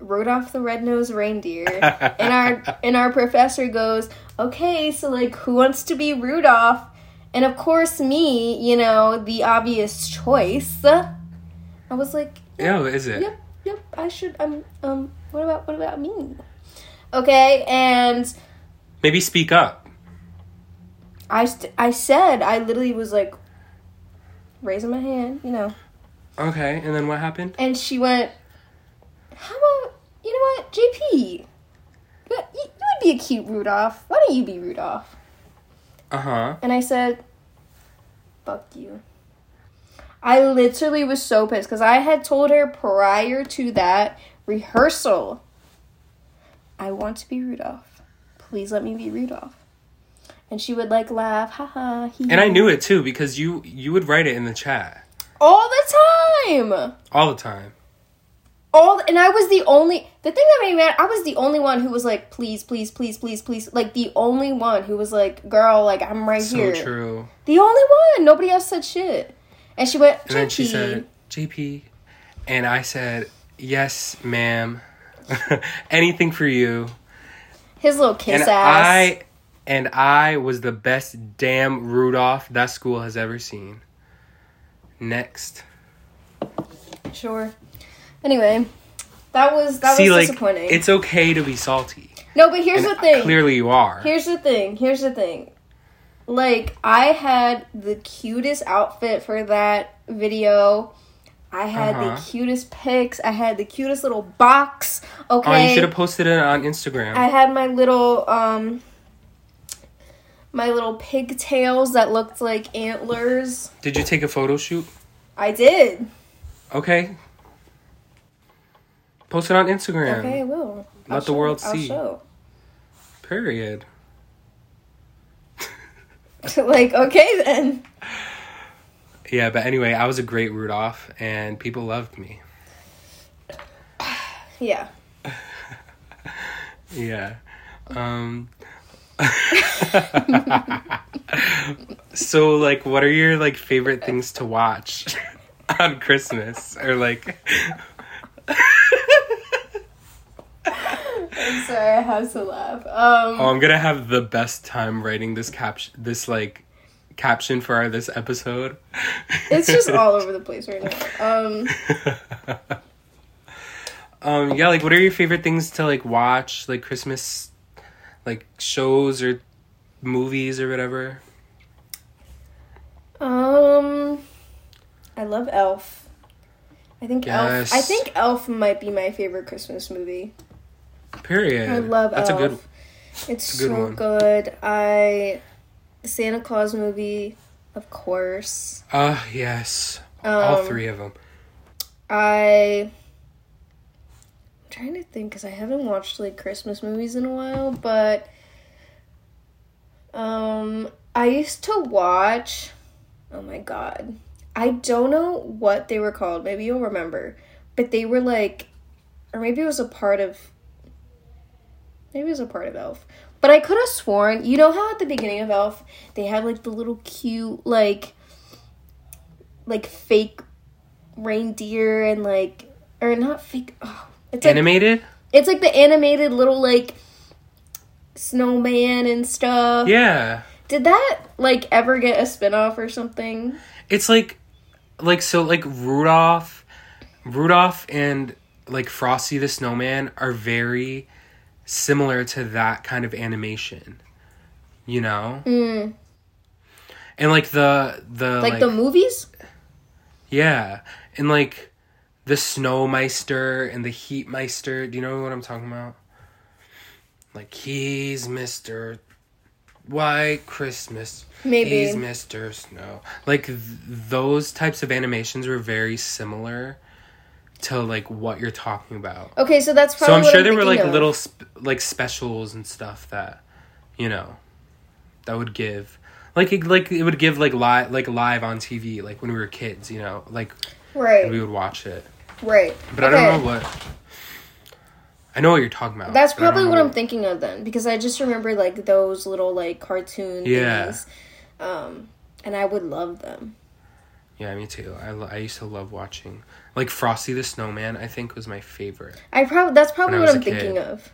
Speaker 3: Rudolph the Red-Nosed Reindeer, and our and our professor goes, "Okay, so like, who wants to be Rudolph?" And of course, me, you know, the obvious choice. I was like,
Speaker 4: Oh, is it?
Speaker 3: Yep, yep. I should. Um, um. What about what about me? Okay, and
Speaker 4: Maybe speak up.
Speaker 3: I st- I said I literally was like raising my hand, you know,
Speaker 4: Okay, and then what happened?
Speaker 3: and she went, "How about you know what, JP? You, you, you would be a cute Rudolph. Why don't you be Rudolph?"
Speaker 4: Uh huh.
Speaker 3: And I said, "Fuck you." I literally was so pissed because I had told her prior to that rehearsal, I want to be Rudolph. Please let me be Rudolph. And she would like laugh, haha. He
Speaker 4: And I knew it too because you you would write it in the chat
Speaker 3: all the time.
Speaker 4: all the time.
Speaker 3: All and I was the only. The thing that made me mad, I was the only one who was like, please, please, please, please, please. Like the only one who was like, girl, like I'm right
Speaker 4: So
Speaker 3: here.
Speaker 4: true.
Speaker 3: The only one. Nobody else said shit. And she went.
Speaker 4: And then she
Speaker 3: "JP."
Speaker 4: said, JP. And I said, Yes, ma'am. Anything for you.
Speaker 3: His little kiss
Speaker 4: and
Speaker 3: ass.
Speaker 4: I and I was the best damn Rudolph that school has ever seen. Next.
Speaker 3: Sure. Anyway, that was that was disappointing.
Speaker 4: it's okay to be salty.
Speaker 3: no, but here's
Speaker 4: And
Speaker 3: the thing.
Speaker 4: Clearly you are.
Speaker 3: Here's the thing. Here's the thing. Like I had the cutest outfit for that video. I had
Speaker 4: Uh-huh.
Speaker 3: the cutest pics. I had the cutest little box. Okay.
Speaker 4: oh, you should have posted it on Instagram.
Speaker 3: I had my little um my little pigtails that looked like antlers.
Speaker 4: Did you take a photo shoot?
Speaker 3: I did.
Speaker 4: Okay. Post it on Instagram.
Speaker 3: Okay, I will.
Speaker 4: Let the world
Speaker 3: I'll
Speaker 4: see.
Speaker 3: show.
Speaker 4: Period.
Speaker 3: like okay then
Speaker 4: Yeah, but anyway, I was a great Rudolph, and people loved me.
Speaker 3: Yeah.
Speaker 4: Yeah. Um, so, like, what are your like favorite things to watch on Christmas, or like?
Speaker 3: I'm sorry, I have to laugh. Um,
Speaker 4: Oh, I'm gonna have the best time writing this caption, this like caption for our, this episode.
Speaker 3: it's just all over the place right now. Um,
Speaker 4: um, yeah, like, what are your favorite things to like watch, like Christmas, like shows or movies or whatever?
Speaker 3: um, I love Elf. I think
Speaker 4: Yes.
Speaker 3: Elf. I think Elf might be my favorite Christmas movie.
Speaker 4: Period.
Speaker 3: I love
Speaker 4: That's
Speaker 3: Elf.
Speaker 4: a good.
Speaker 3: It's
Speaker 4: a good
Speaker 3: so
Speaker 4: one.
Speaker 3: good. I the Santa Claus movie, of course.
Speaker 4: Ah, yes.
Speaker 3: Um,
Speaker 4: All three of them.
Speaker 3: I. I'm trying to think because I haven't watched like Christmas movies in a while, but um, I used to watch. Oh my god, I don't know what they were called. Maybe you'll remember, but they were like, or maybe it was a part of. Maybe it was a part of Elf, but I could have sworn. You know how at the beginning of Elf they had like the little cute like, like fake reindeer and like or not fake oh, it's like
Speaker 4: Animated?
Speaker 3: it's like the animated little like snowman and stuff
Speaker 4: Yeah.
Speaker 3: did that like ever get a spin-off or something
Speaker 4: It's like, like so, like Rudolph, Rudolph and like Frosty the Snowman are very similar to that kind of animation. You know,
Speaker 3: mm.
Speaker 4: and like the the
Speaker 3: like, the movies
Speaker 4: yeah, and like the Snowmeister and the Heatmeister. Do you know what I'm talking about? Like he's Mister White Christmas. He's
Speaker 3: maybe
Speaker 4: Mr. Snow. Like th- those types of animations were very similar to like what you're talking about.
Speaker 3: okay so that's
Speaker 4: So
Speaker 3: probably
Speaker 4: I'm
Speaker 3: what
Speaker 4: sure there were
Speaker 3: thinking
Speaker 4: like
Speaker 3: of.
Speaker 4: little sp- like specials and stuff that you know that would give like it, like it would give like live like live on TV like when we were kids, you know, like we
Speaker 3: right
Speaker 4: would watch it.
Speaker 3: right
Speaker 4: But I don't know what I know what you're talking about.
Speaker 3: that's
Speaker 4: but I don't
Speaker 3: probably
Speaker 4: know
Speaker 3: what i'm thinking of then because i just remember like those little like cartoon
Speaker 4: Yeah.
Speaker 3: things um and i would love them
Speaker 4: Yeah, me too. I lo- I used to love watching like Frosty the Snowman. I think was my favorite.
Speaker 3: i probably that's probably
Speaker 4: I
Speaker 3: what
Speaker 4: was
Speaker 3: i'm
Speaker 4: a kid.
Speaker 3: thinking of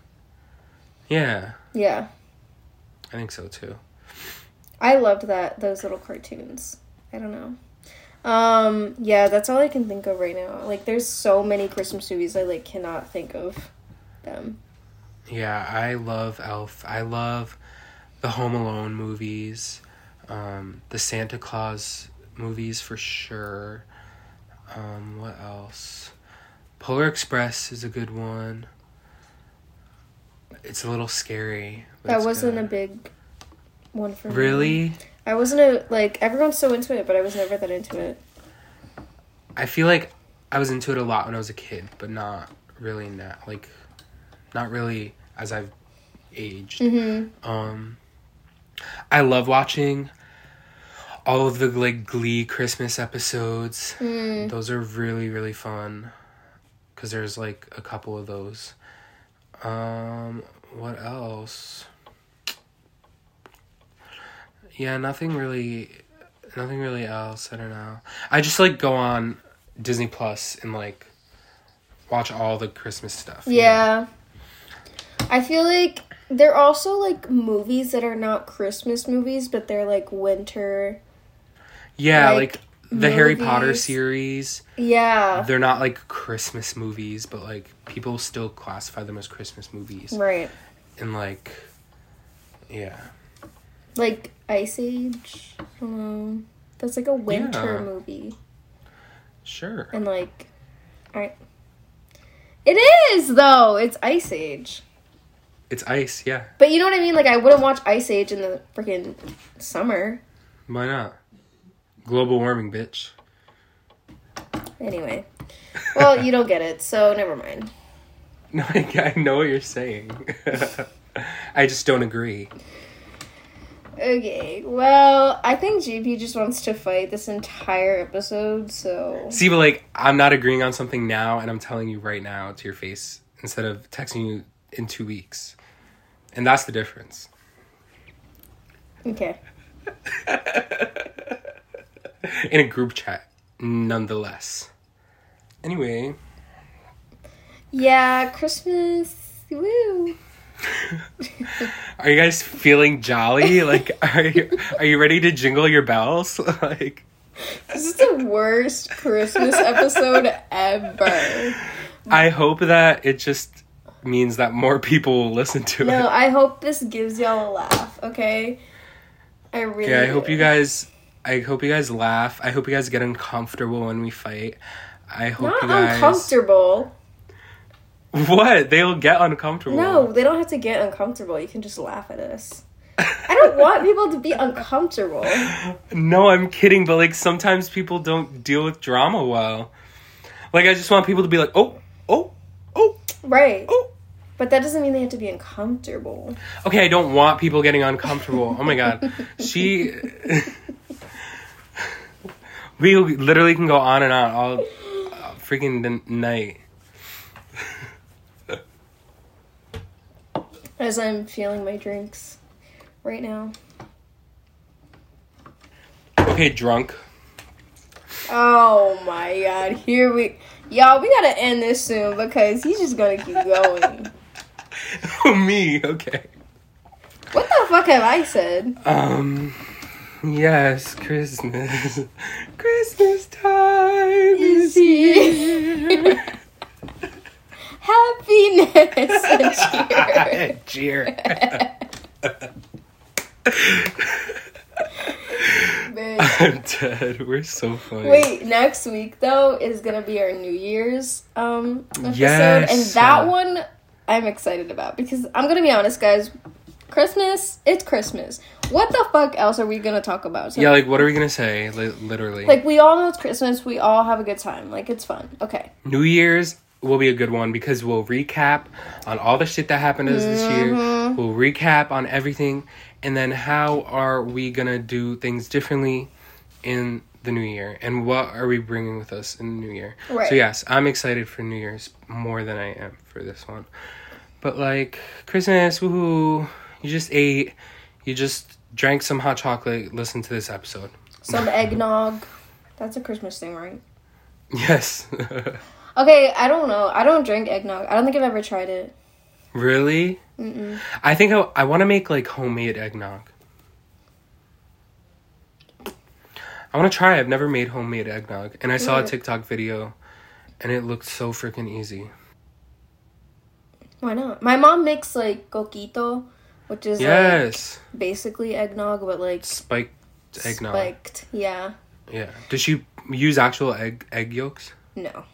Speaker 4: Yeah,
Speaker 3: yeah
Speaker 4: I think so too.
Speaker 3: I loved that those little cartoons. I don't know. Um, yeah, that's all I can think of right now. Like there's so many Christmas movies I like cannot think of them.
Speaker 4: Yeah, I love Elf. I love the Home Alone movies, um, the Santa Claus movies for sure. Um, what else? Polar Express is a good one. It's a little scary. but
Speaker 3: That
Speaker 4: it's
Speaker 3: wasn't a
Speaker 4: good.
Speaker 3: big one for me.
Speaker 4: Really?
Speaker 3: I wasn't a like everyone's so into it, but I was never that into it.
Speaker 4: I feel like I was into it a lot when I was a kid, but not really now. Like, not really as I've aged.
Speaker 3: Mhm.
Speaker 4: Um, I love watching all of the like Glee Christmas episodes.
Speaker 3: Mm.
Speaker 4: Those are really really fun because there's like a couple of those. Um, what else? Yeah, nothing really, nothing really else. I don't know. I just like go on Disney Plus and like watch all the Christmas stuff. you know?
Speaker 3: Yeah. I feel like they're also like movies that are not Christmas movies, but they're like winter.
Speaker 4: Yeah,
Speaker 3: Like,
Speaker 4: like, the Harry Potter
Speaker 3: movies.
Speaker 4: series.
Speaker 3: Yeah.
Speaker 4: They're not like Christmas movies, but like people still classify them as Christmas movies.
Speaker 3: Right.
Speaker 4: And like, yeah.
Speaker 3: Like Ice Age. I don't know. That's like a winter
Speaker 4: Yeah.
Speaker 3: movie.
Speaker 4: Sure.
Speaker 3: And like I It is though. It's Ice Age.
Speaker 4: It's ice, yeah.
Speaker 3: But you know what I mean? Like I wouldn't watch Ice Age in the freaking summer.
Speaker 4: Why not? Global warming, bitch.
Speaker 3: Anyway. Well, you don't get it, so never mind.
Speaker 4: No, I, I know what you're saying. I just don't agree.
Speaker 3: Okay, well, I think JP just wants to fight this entire episode, so.
Speaker 4: See, but like, I'm not agreeing on something now, and I'm telling you right now to your face instead of texting you in two weeks. And that's the difference.
Speaker 3: Okay.
Speaker 4: In a group chat, nonetheless. Anyway,
Speaker 3: Yeah, Christmas. Woo!
Speaker 4: are you guys feeling jolly? Like, are you are you ready to jingle your bells? like,
Speaker 3: This is the worst Christmas episode ever.
Speaker 4: I hope that it just means that more people will listen to it.
Speaker 3: No, I hope this gives y'all a laugh, okay? I really
Speaker 4: Yeah, I hope
Speaker 3: do.
Speaker 4: you guys. I hope you guys laugh. I hope you guys get uncomfortable when we fight. I hope
Speaker 3: Not
Speaker 4: you guys.
Speaker 3: uncomfortable.
Speaker 4: What? They'll get uncomfortable.
Speaker 3: No, they don't have to get uncomfortable. You can just laugh at us. I don't want people to be uncomfortable.
Speaker 4: No, I'm kidding. But like sometimes people don't deal with drama well. Like I just want people to be like, oh, oh, oh.
Speaker 3: Right.
Speaker 4: Oh.
Speaker 3: But that doesn't mean they have to be uncomfortable.
Speaker 4: Okay, I don't want people getting uncomfortable. Oh my god, she. we literally can go on and on all uh, freaking the night.
Speaker 3: As I'm feeling my drinks right now.
Speaker 4: Okay, drunk.
Speaker 3: Oh my god, here we y'all we gotta end this soon because he's just gonna keep going.
Speaker 4: Oh, Me. Okay.
Speaker 3: What the fuck have I said?
Speaker 4: Um. Yes, Christmas. Christmas time is
Speaker 3: Is here.
Speaker 4: here.
Speaker 3: Happiness and cheer.
Speaker 4: Cheer.
Speaker 3: Bitch.
Speaker 4: I'm dead. We're so funny.
Speaker 3: Wait, next week though is gonna be our New Year's um episode,
Speaker 4: Yes.
Speaker 3: and that one I'm excited about because I'm gonna be honest, guys. Christmas, it's Christmas. What the fuck else are we gonna talk about? So,
Speaker 4: Yeah, like what are we gonna say? Li- literally,
Speaker 3: like we all know it's Christmas. We all have a good time. Like it's fun. Okay.
Speaker 4: New Year's will be a good one because we'll recap on all the shit that happened to us this year.
Speaker 3: Mm-hmm.
Speaker 4: We'll recap on everything, and then how are we gonna do things differently in the new year? And what are we bringing with us in the new year?
Speaker 3: Right.
Speaker 4: So yes, I'm excited for New Year's more than I am for this one. But like Christmas, woohoo! You just ate. You just drank some hot chocolate. Listen to this episode.
Speaker 3: Some eggnog. That's a Christmas thing, right?
Speaker 4: Yes.
Speaker 3: Okay, I don't know. I don't drink eggnog. I don't think I've ever tried it.
Speaker 4: Really? I think I, I want to make like homemade eggnog. I want to try. I've never made homemade eggnog, and I saw a
Speaker 3: Mm-hmm.
Speaker 4: TikTok video, and it looked so freaking easy.
Speaker 3: Why not? My mom makes like coquito, which is
Speaker 4: Yes,
Speaker 3: like basically eggnog, but like
Speaker 4: spiked eggnog.
Speaker 3: spiked. Yeah.
Speaker 4: Yeah. Does she use actual egg egg yolks?
Speaker 3: No.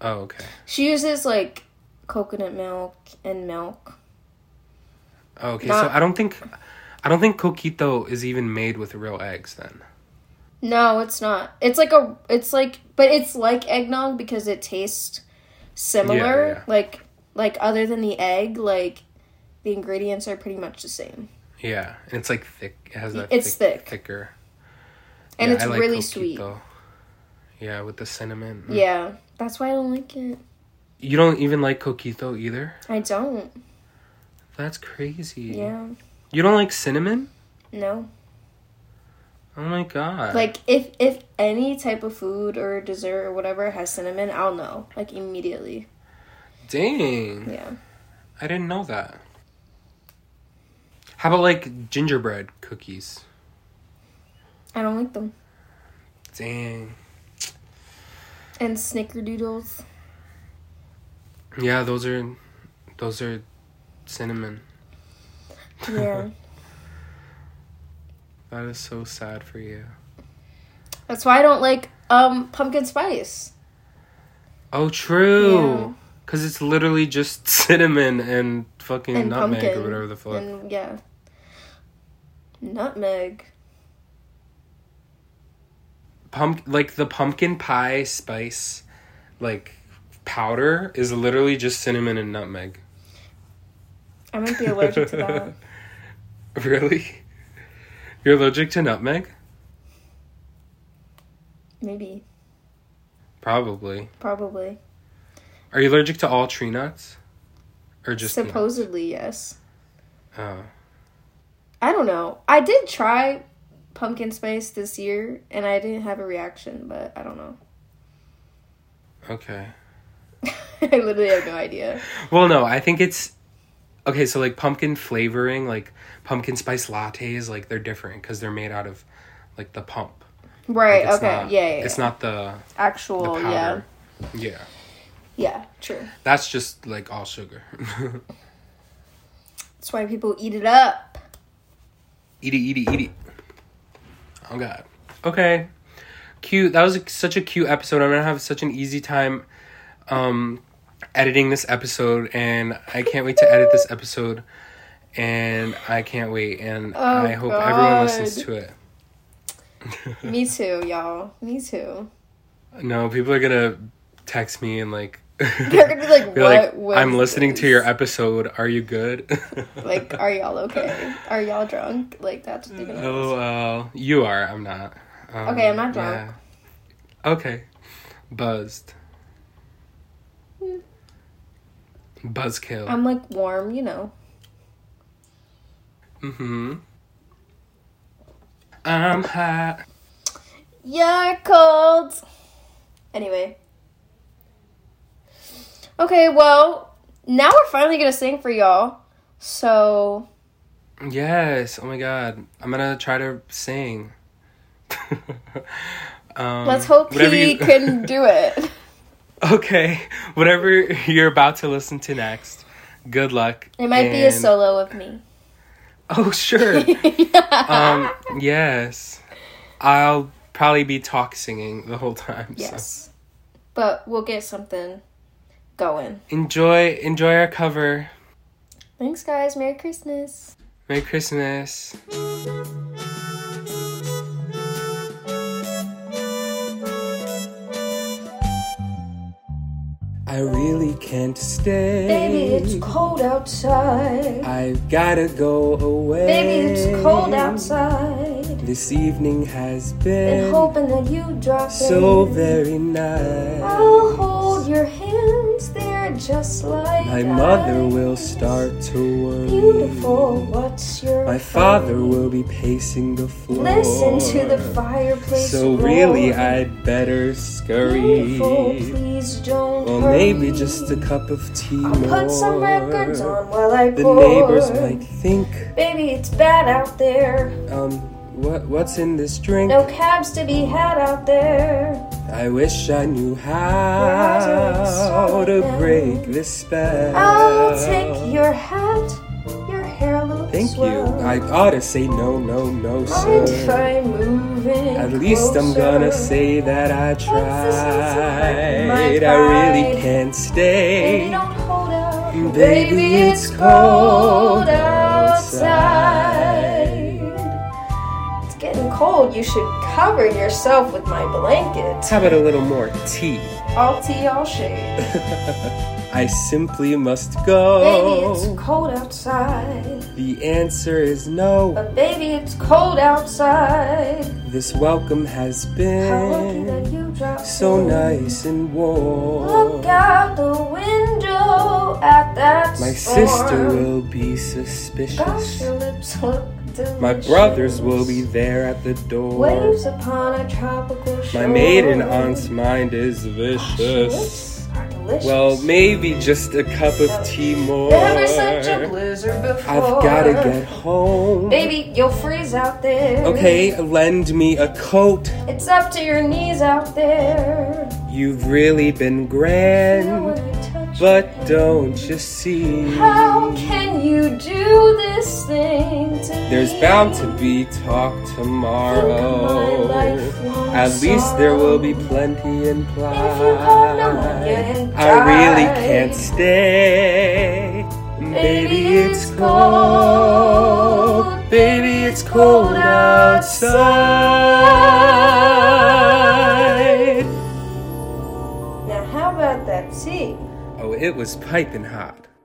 Speaker 4: Oh, okay.
Speaker 3: She uses like coconut milk and milk.
Speaker 4: Oh, Okay. so
Speaker 3: Not-
Speaker 4: I don't think, I don't think coquito is even made with real eggs. Then.
Speaker 3: No, it's not. It's like a it's like but it's like eggnog because it tastes similar.
Speaker 4: Yeah, yeah.
Speaker 3: Like like other than the egg, like the ingredients are pretty much the same.
Speaker 4: Yeah, and it's like thick. It has that.
Speaker 3: It's thick.
Speaker 4: Thicker.
Speaker 3: And
Speaker 4: Yeah,
Speaker 3: it's
Speaker 4: I like
Speaker 3: really
Speaker 4: coquito. Mm-hmm.
Speaker 3: sweet.
Speaker 4: Yeah, with the cinnamon.
Speaker 3: Yeah. That's why I don't like it.
Speaker 4: You don't even like coquito either?
Speaker 3: I don't.
Speaker 4: That's crazy.
Speaker 3: Yeah.
Speaker 4: You don't like cinnamon?
Speaker 3: No.
Speaker 4: Oh my god.
Speaker 3: Like if if any type of food or dessert or whatever has cinnamon, I'll know. Like immediately.
Speaker 4: Dang.
Speaker 3: Yeah.
Speaker 4: I didn't know that. How about like gingerbread cookies?
Speaker 3: I don't like them.
Speaker 4: Dang.
Speaker 3: And snickerdoodles.
Speaker 4: Yeah, those are those are cinnamon.
Speaker 3: Yeah.
Speaker 4: That is so sad for you.
Speaker 3: That's why I don't like um pumpkin spice.
Speaker 4: Oh, true. Cuz it's literally just cinnamon and fucking
Speaker 3: And
Speaker 4: nutmeg
Speaker 3: pumpkin
Speaker 4: or whatever the fuck.
Speaker 3: And yeah. Nutmeg.
Speaker 4: pump like the pumpkin pie spice like powder is literally just cinnamon and nutmeg.
Speaker 3: I might be allergic to that.
Speaker 4: Really? You're allergic to nutmeg?
Speaker 3: Maybe.
Speaker 4: Probably.
Speaker 3: Probably.
Speaker 4: Are you allergic to all tree nuts? Or just peanuts?
Speaker 3: Supposedly, yes.
Speaker 4: Oh.
Speaker 3: I don't know. I did try pumpkin spice this year and I didn't have a reaction, but I don't know.
Speaker 4: Okay.
Speaker 3: I literally have no idea.
Speaker 4: Well, no, I think it's okay. So like pumpkin flavoring, like pumpkin spice lattes, like they're different because they're made out of like the pump. Like,
Speaker 3: Right,
Speaker 4: it's
Speaker 3: okay.
Speaker 4: not-
Speaker 3: yeah, yeah,
Speaker 4: It's
Speaker 3: yeah.
Speaker 4: not the the
Speaker 3: actual, yeah.
Speaker 4: powder. Yeah,
Speaker 3: Yeah, true.
Speaker 4: that's just like all sugar.
Speaker 3: That's why people eat it up.
Speaker 4: eat it, eat it, eat it. Oh god. Okay. Cute. That was like, such a cute episode. I'm gonna have such an easy time um editing this episode and I can't wait to edit this episode and I can't wait and
Speaker 3: Oh,
Speaker 4: I hope everyone listens
Speaker 3: God.
Speaker 4: to it.
Speaker 3: Me too, y'all. Me too.
Speaker 4: No, people are gonna text me and like
Speaker 3: They're gonna be like,
Speaker 4: be
Speaker 3: "What
Speaker 4: like,
Speaker 3: was
Speaker 4: I'm listening to
Speaker 3: this?"
Speaker 4: your episode. Are you good?
Speaker 3: Like, are y'all okay? Are y'all drunk? Like, that's what they're gonna
Speaker 4: oh, well, you are. I'm not. Um,
Speaker 3: Okay, I'm not drunk.
Speaker 4: yeah. Okay, buzzed.
Speaker 3: Hmm. Um.
Speaker 4: Buzzkill.
Speaker 3: I'm like warm, you know.
Speaker 4: mm-hmm. I'm hot.
Speaker 3: Yeah, cold. Anyway. Okay, well, now we're finally gonna sing for y'all. So,
Speaker 4: Yes. Oh my god. I'm gonna try to sing. um,
Speaker 3: let's hope
Speaker 4: whatever
Speaker 3: he
Speaker 4: you-
Speaker 3: can do it.
Speaker 4: Okay, whatever you're about to listen to next, good luck.
Speaker 3: It might be a
Speaker 4: and-
Speaker 3: solo of me.
Speaker 4: Oh, sure. um, yes. I'll probably be talk singing the whole time. so.
Speaker 3: Yes. But we'll get something going.
Speaker 4: Enjoy enjoy our cover.
Speaker 3: Thanks, guys. Merry Christmas.
Speaker 4: Merry Christmas. I really can't stay.
Speaker 3: Baby, it's cold outside.
Speaker 4: I've gotta go away.
Speaker 3: Baby, it's cold outside.
Speaker 4: This evening has
Speaker 3: Been
Speaker 4: been
Speaker 3: hoping that you drop
Speaker 4: so
Speaker 3: in.
Speaker 4: very nice.
Speaker 3: I'll hold your hands, they're just like
Speaker 4: My mother
Speaker 3: ice.
Speaker 4: will start to worry.
Speaker 3: Beautiful, what's your
Speaker 4: My father will be pacing the floor.
Speaker 3: Listen to the fireplace.
Speaker 4: So
Speaker 3: roar.
Speaker 4: really, I'd better scurry.
Speaker 3: Beautiful, please don't
Speaker 4: Well,
Speaker 3: hurry.
Speaker 4: maybe just a cup of tea
Speaker 3: I'll put some
Speaker 4: more.
Speaker 3: records on while I
Speaker 4: The
Speaker 3: pour.
Speaker 4: neighbors might think,
Speaker 3: Baby, it's bad out there.
Speaker 4: um, what what's in this drink?
Speaker 3: No cabs to be had out there.
Speaker 4: I wish I knew
Speaker 3: eyes are like
Speaker 4: how to
Speaker 3: solid
Speaker 4: break
Speaker 3: now.
Speaker 4: this spell.
Speaker 3: I'll take your hat. Your hair looks
Speaker 4: Ah. Thank you.
Speaker 3: swell.
Speaker 4: I ought to say no, no, no,
Speaker 3: Mind
Speaker 4: sir.
Speaker 3: if I'm moving
Speaker 4: At least I'm gonna
Speaker 3: closer?
Speaker 4: say that I
Speaker 3: Consistent,
Speaker 4: tried. I
Speaker 3: my
Speaker 4: really can't
Speaker 3: Baby,
Speaker 4: stay.
Speaker 3: don't hold out.
Speaker 4: Baby, it's cold
Speaker 3: It's getting cold. You should cover yourself with my blanket.
Speaker 4: How about a little more tea?
Speaker 3: All tea, all shade.
Speaker 4: I simply must go.
Speaker 3: Baby,
Speaker 4: Oh.
Speaker 3: it's cold outside.
Speaker 4: The answer is no.
Speaker 3: But baby, it's cold outside.
Speaker 4: This welcome has
Speaker 3: How lucky that
Speaker 4: been
Speaker 3: you dropped
Speaker 4: so
Speaker 3: in.
Speaker 4: nice and warm.
Speaker 3: Look out the window at that
Speaker 4: My
Speaker 3: storm.
Speaker 4: sister will be
Speaker 3: Gosh,
Speaker 4: suspicious.
Speaker 3: your lips look delicious.
Speaker 4: My brothers will be there at the door.
Speaker 3: Waves upon a tropical shore.
Speaker 4: My maiden aunt's mind is vicious.
Speaker 3: Delicious. Are delicious.
Speaker 4: Well, maybe just a cup of tea more.
Speaker 3: Never such a blizzard before.
Speaker 4: I've gotta get home.
Speaker 3: Baby, you'll freeze out there.
Speaker 4: Okay, lend me a coat.
Speaker 3: It's up to your knees out there.
Speaker 4: You've really been
Speaker 3: Feel when
Speaker 4: grand,
Speaker 3: I touch your
Speaker 4: but
Speaker 3: hand.
Speaker 4: don't you see?
Speaker 3: How can you do this thing to
Speaker 4: There's
Speaker 3: me?
Speaker 4: bound to be talk tomorrow. At least there will be plenty implied.
Speaker 3: call pneumonia and
Speaker 4: I really
Speaker 3: die.
Speaker 4: can't stay. Baby, it's
Speaker 3: it's
Speaker 4: cold.
Speaker 3: cold.
Speaker 4: Baby, it's cold outside.
Speaker 3: Now, how about that tea?
Speaker 4: Oh, it was piping hot.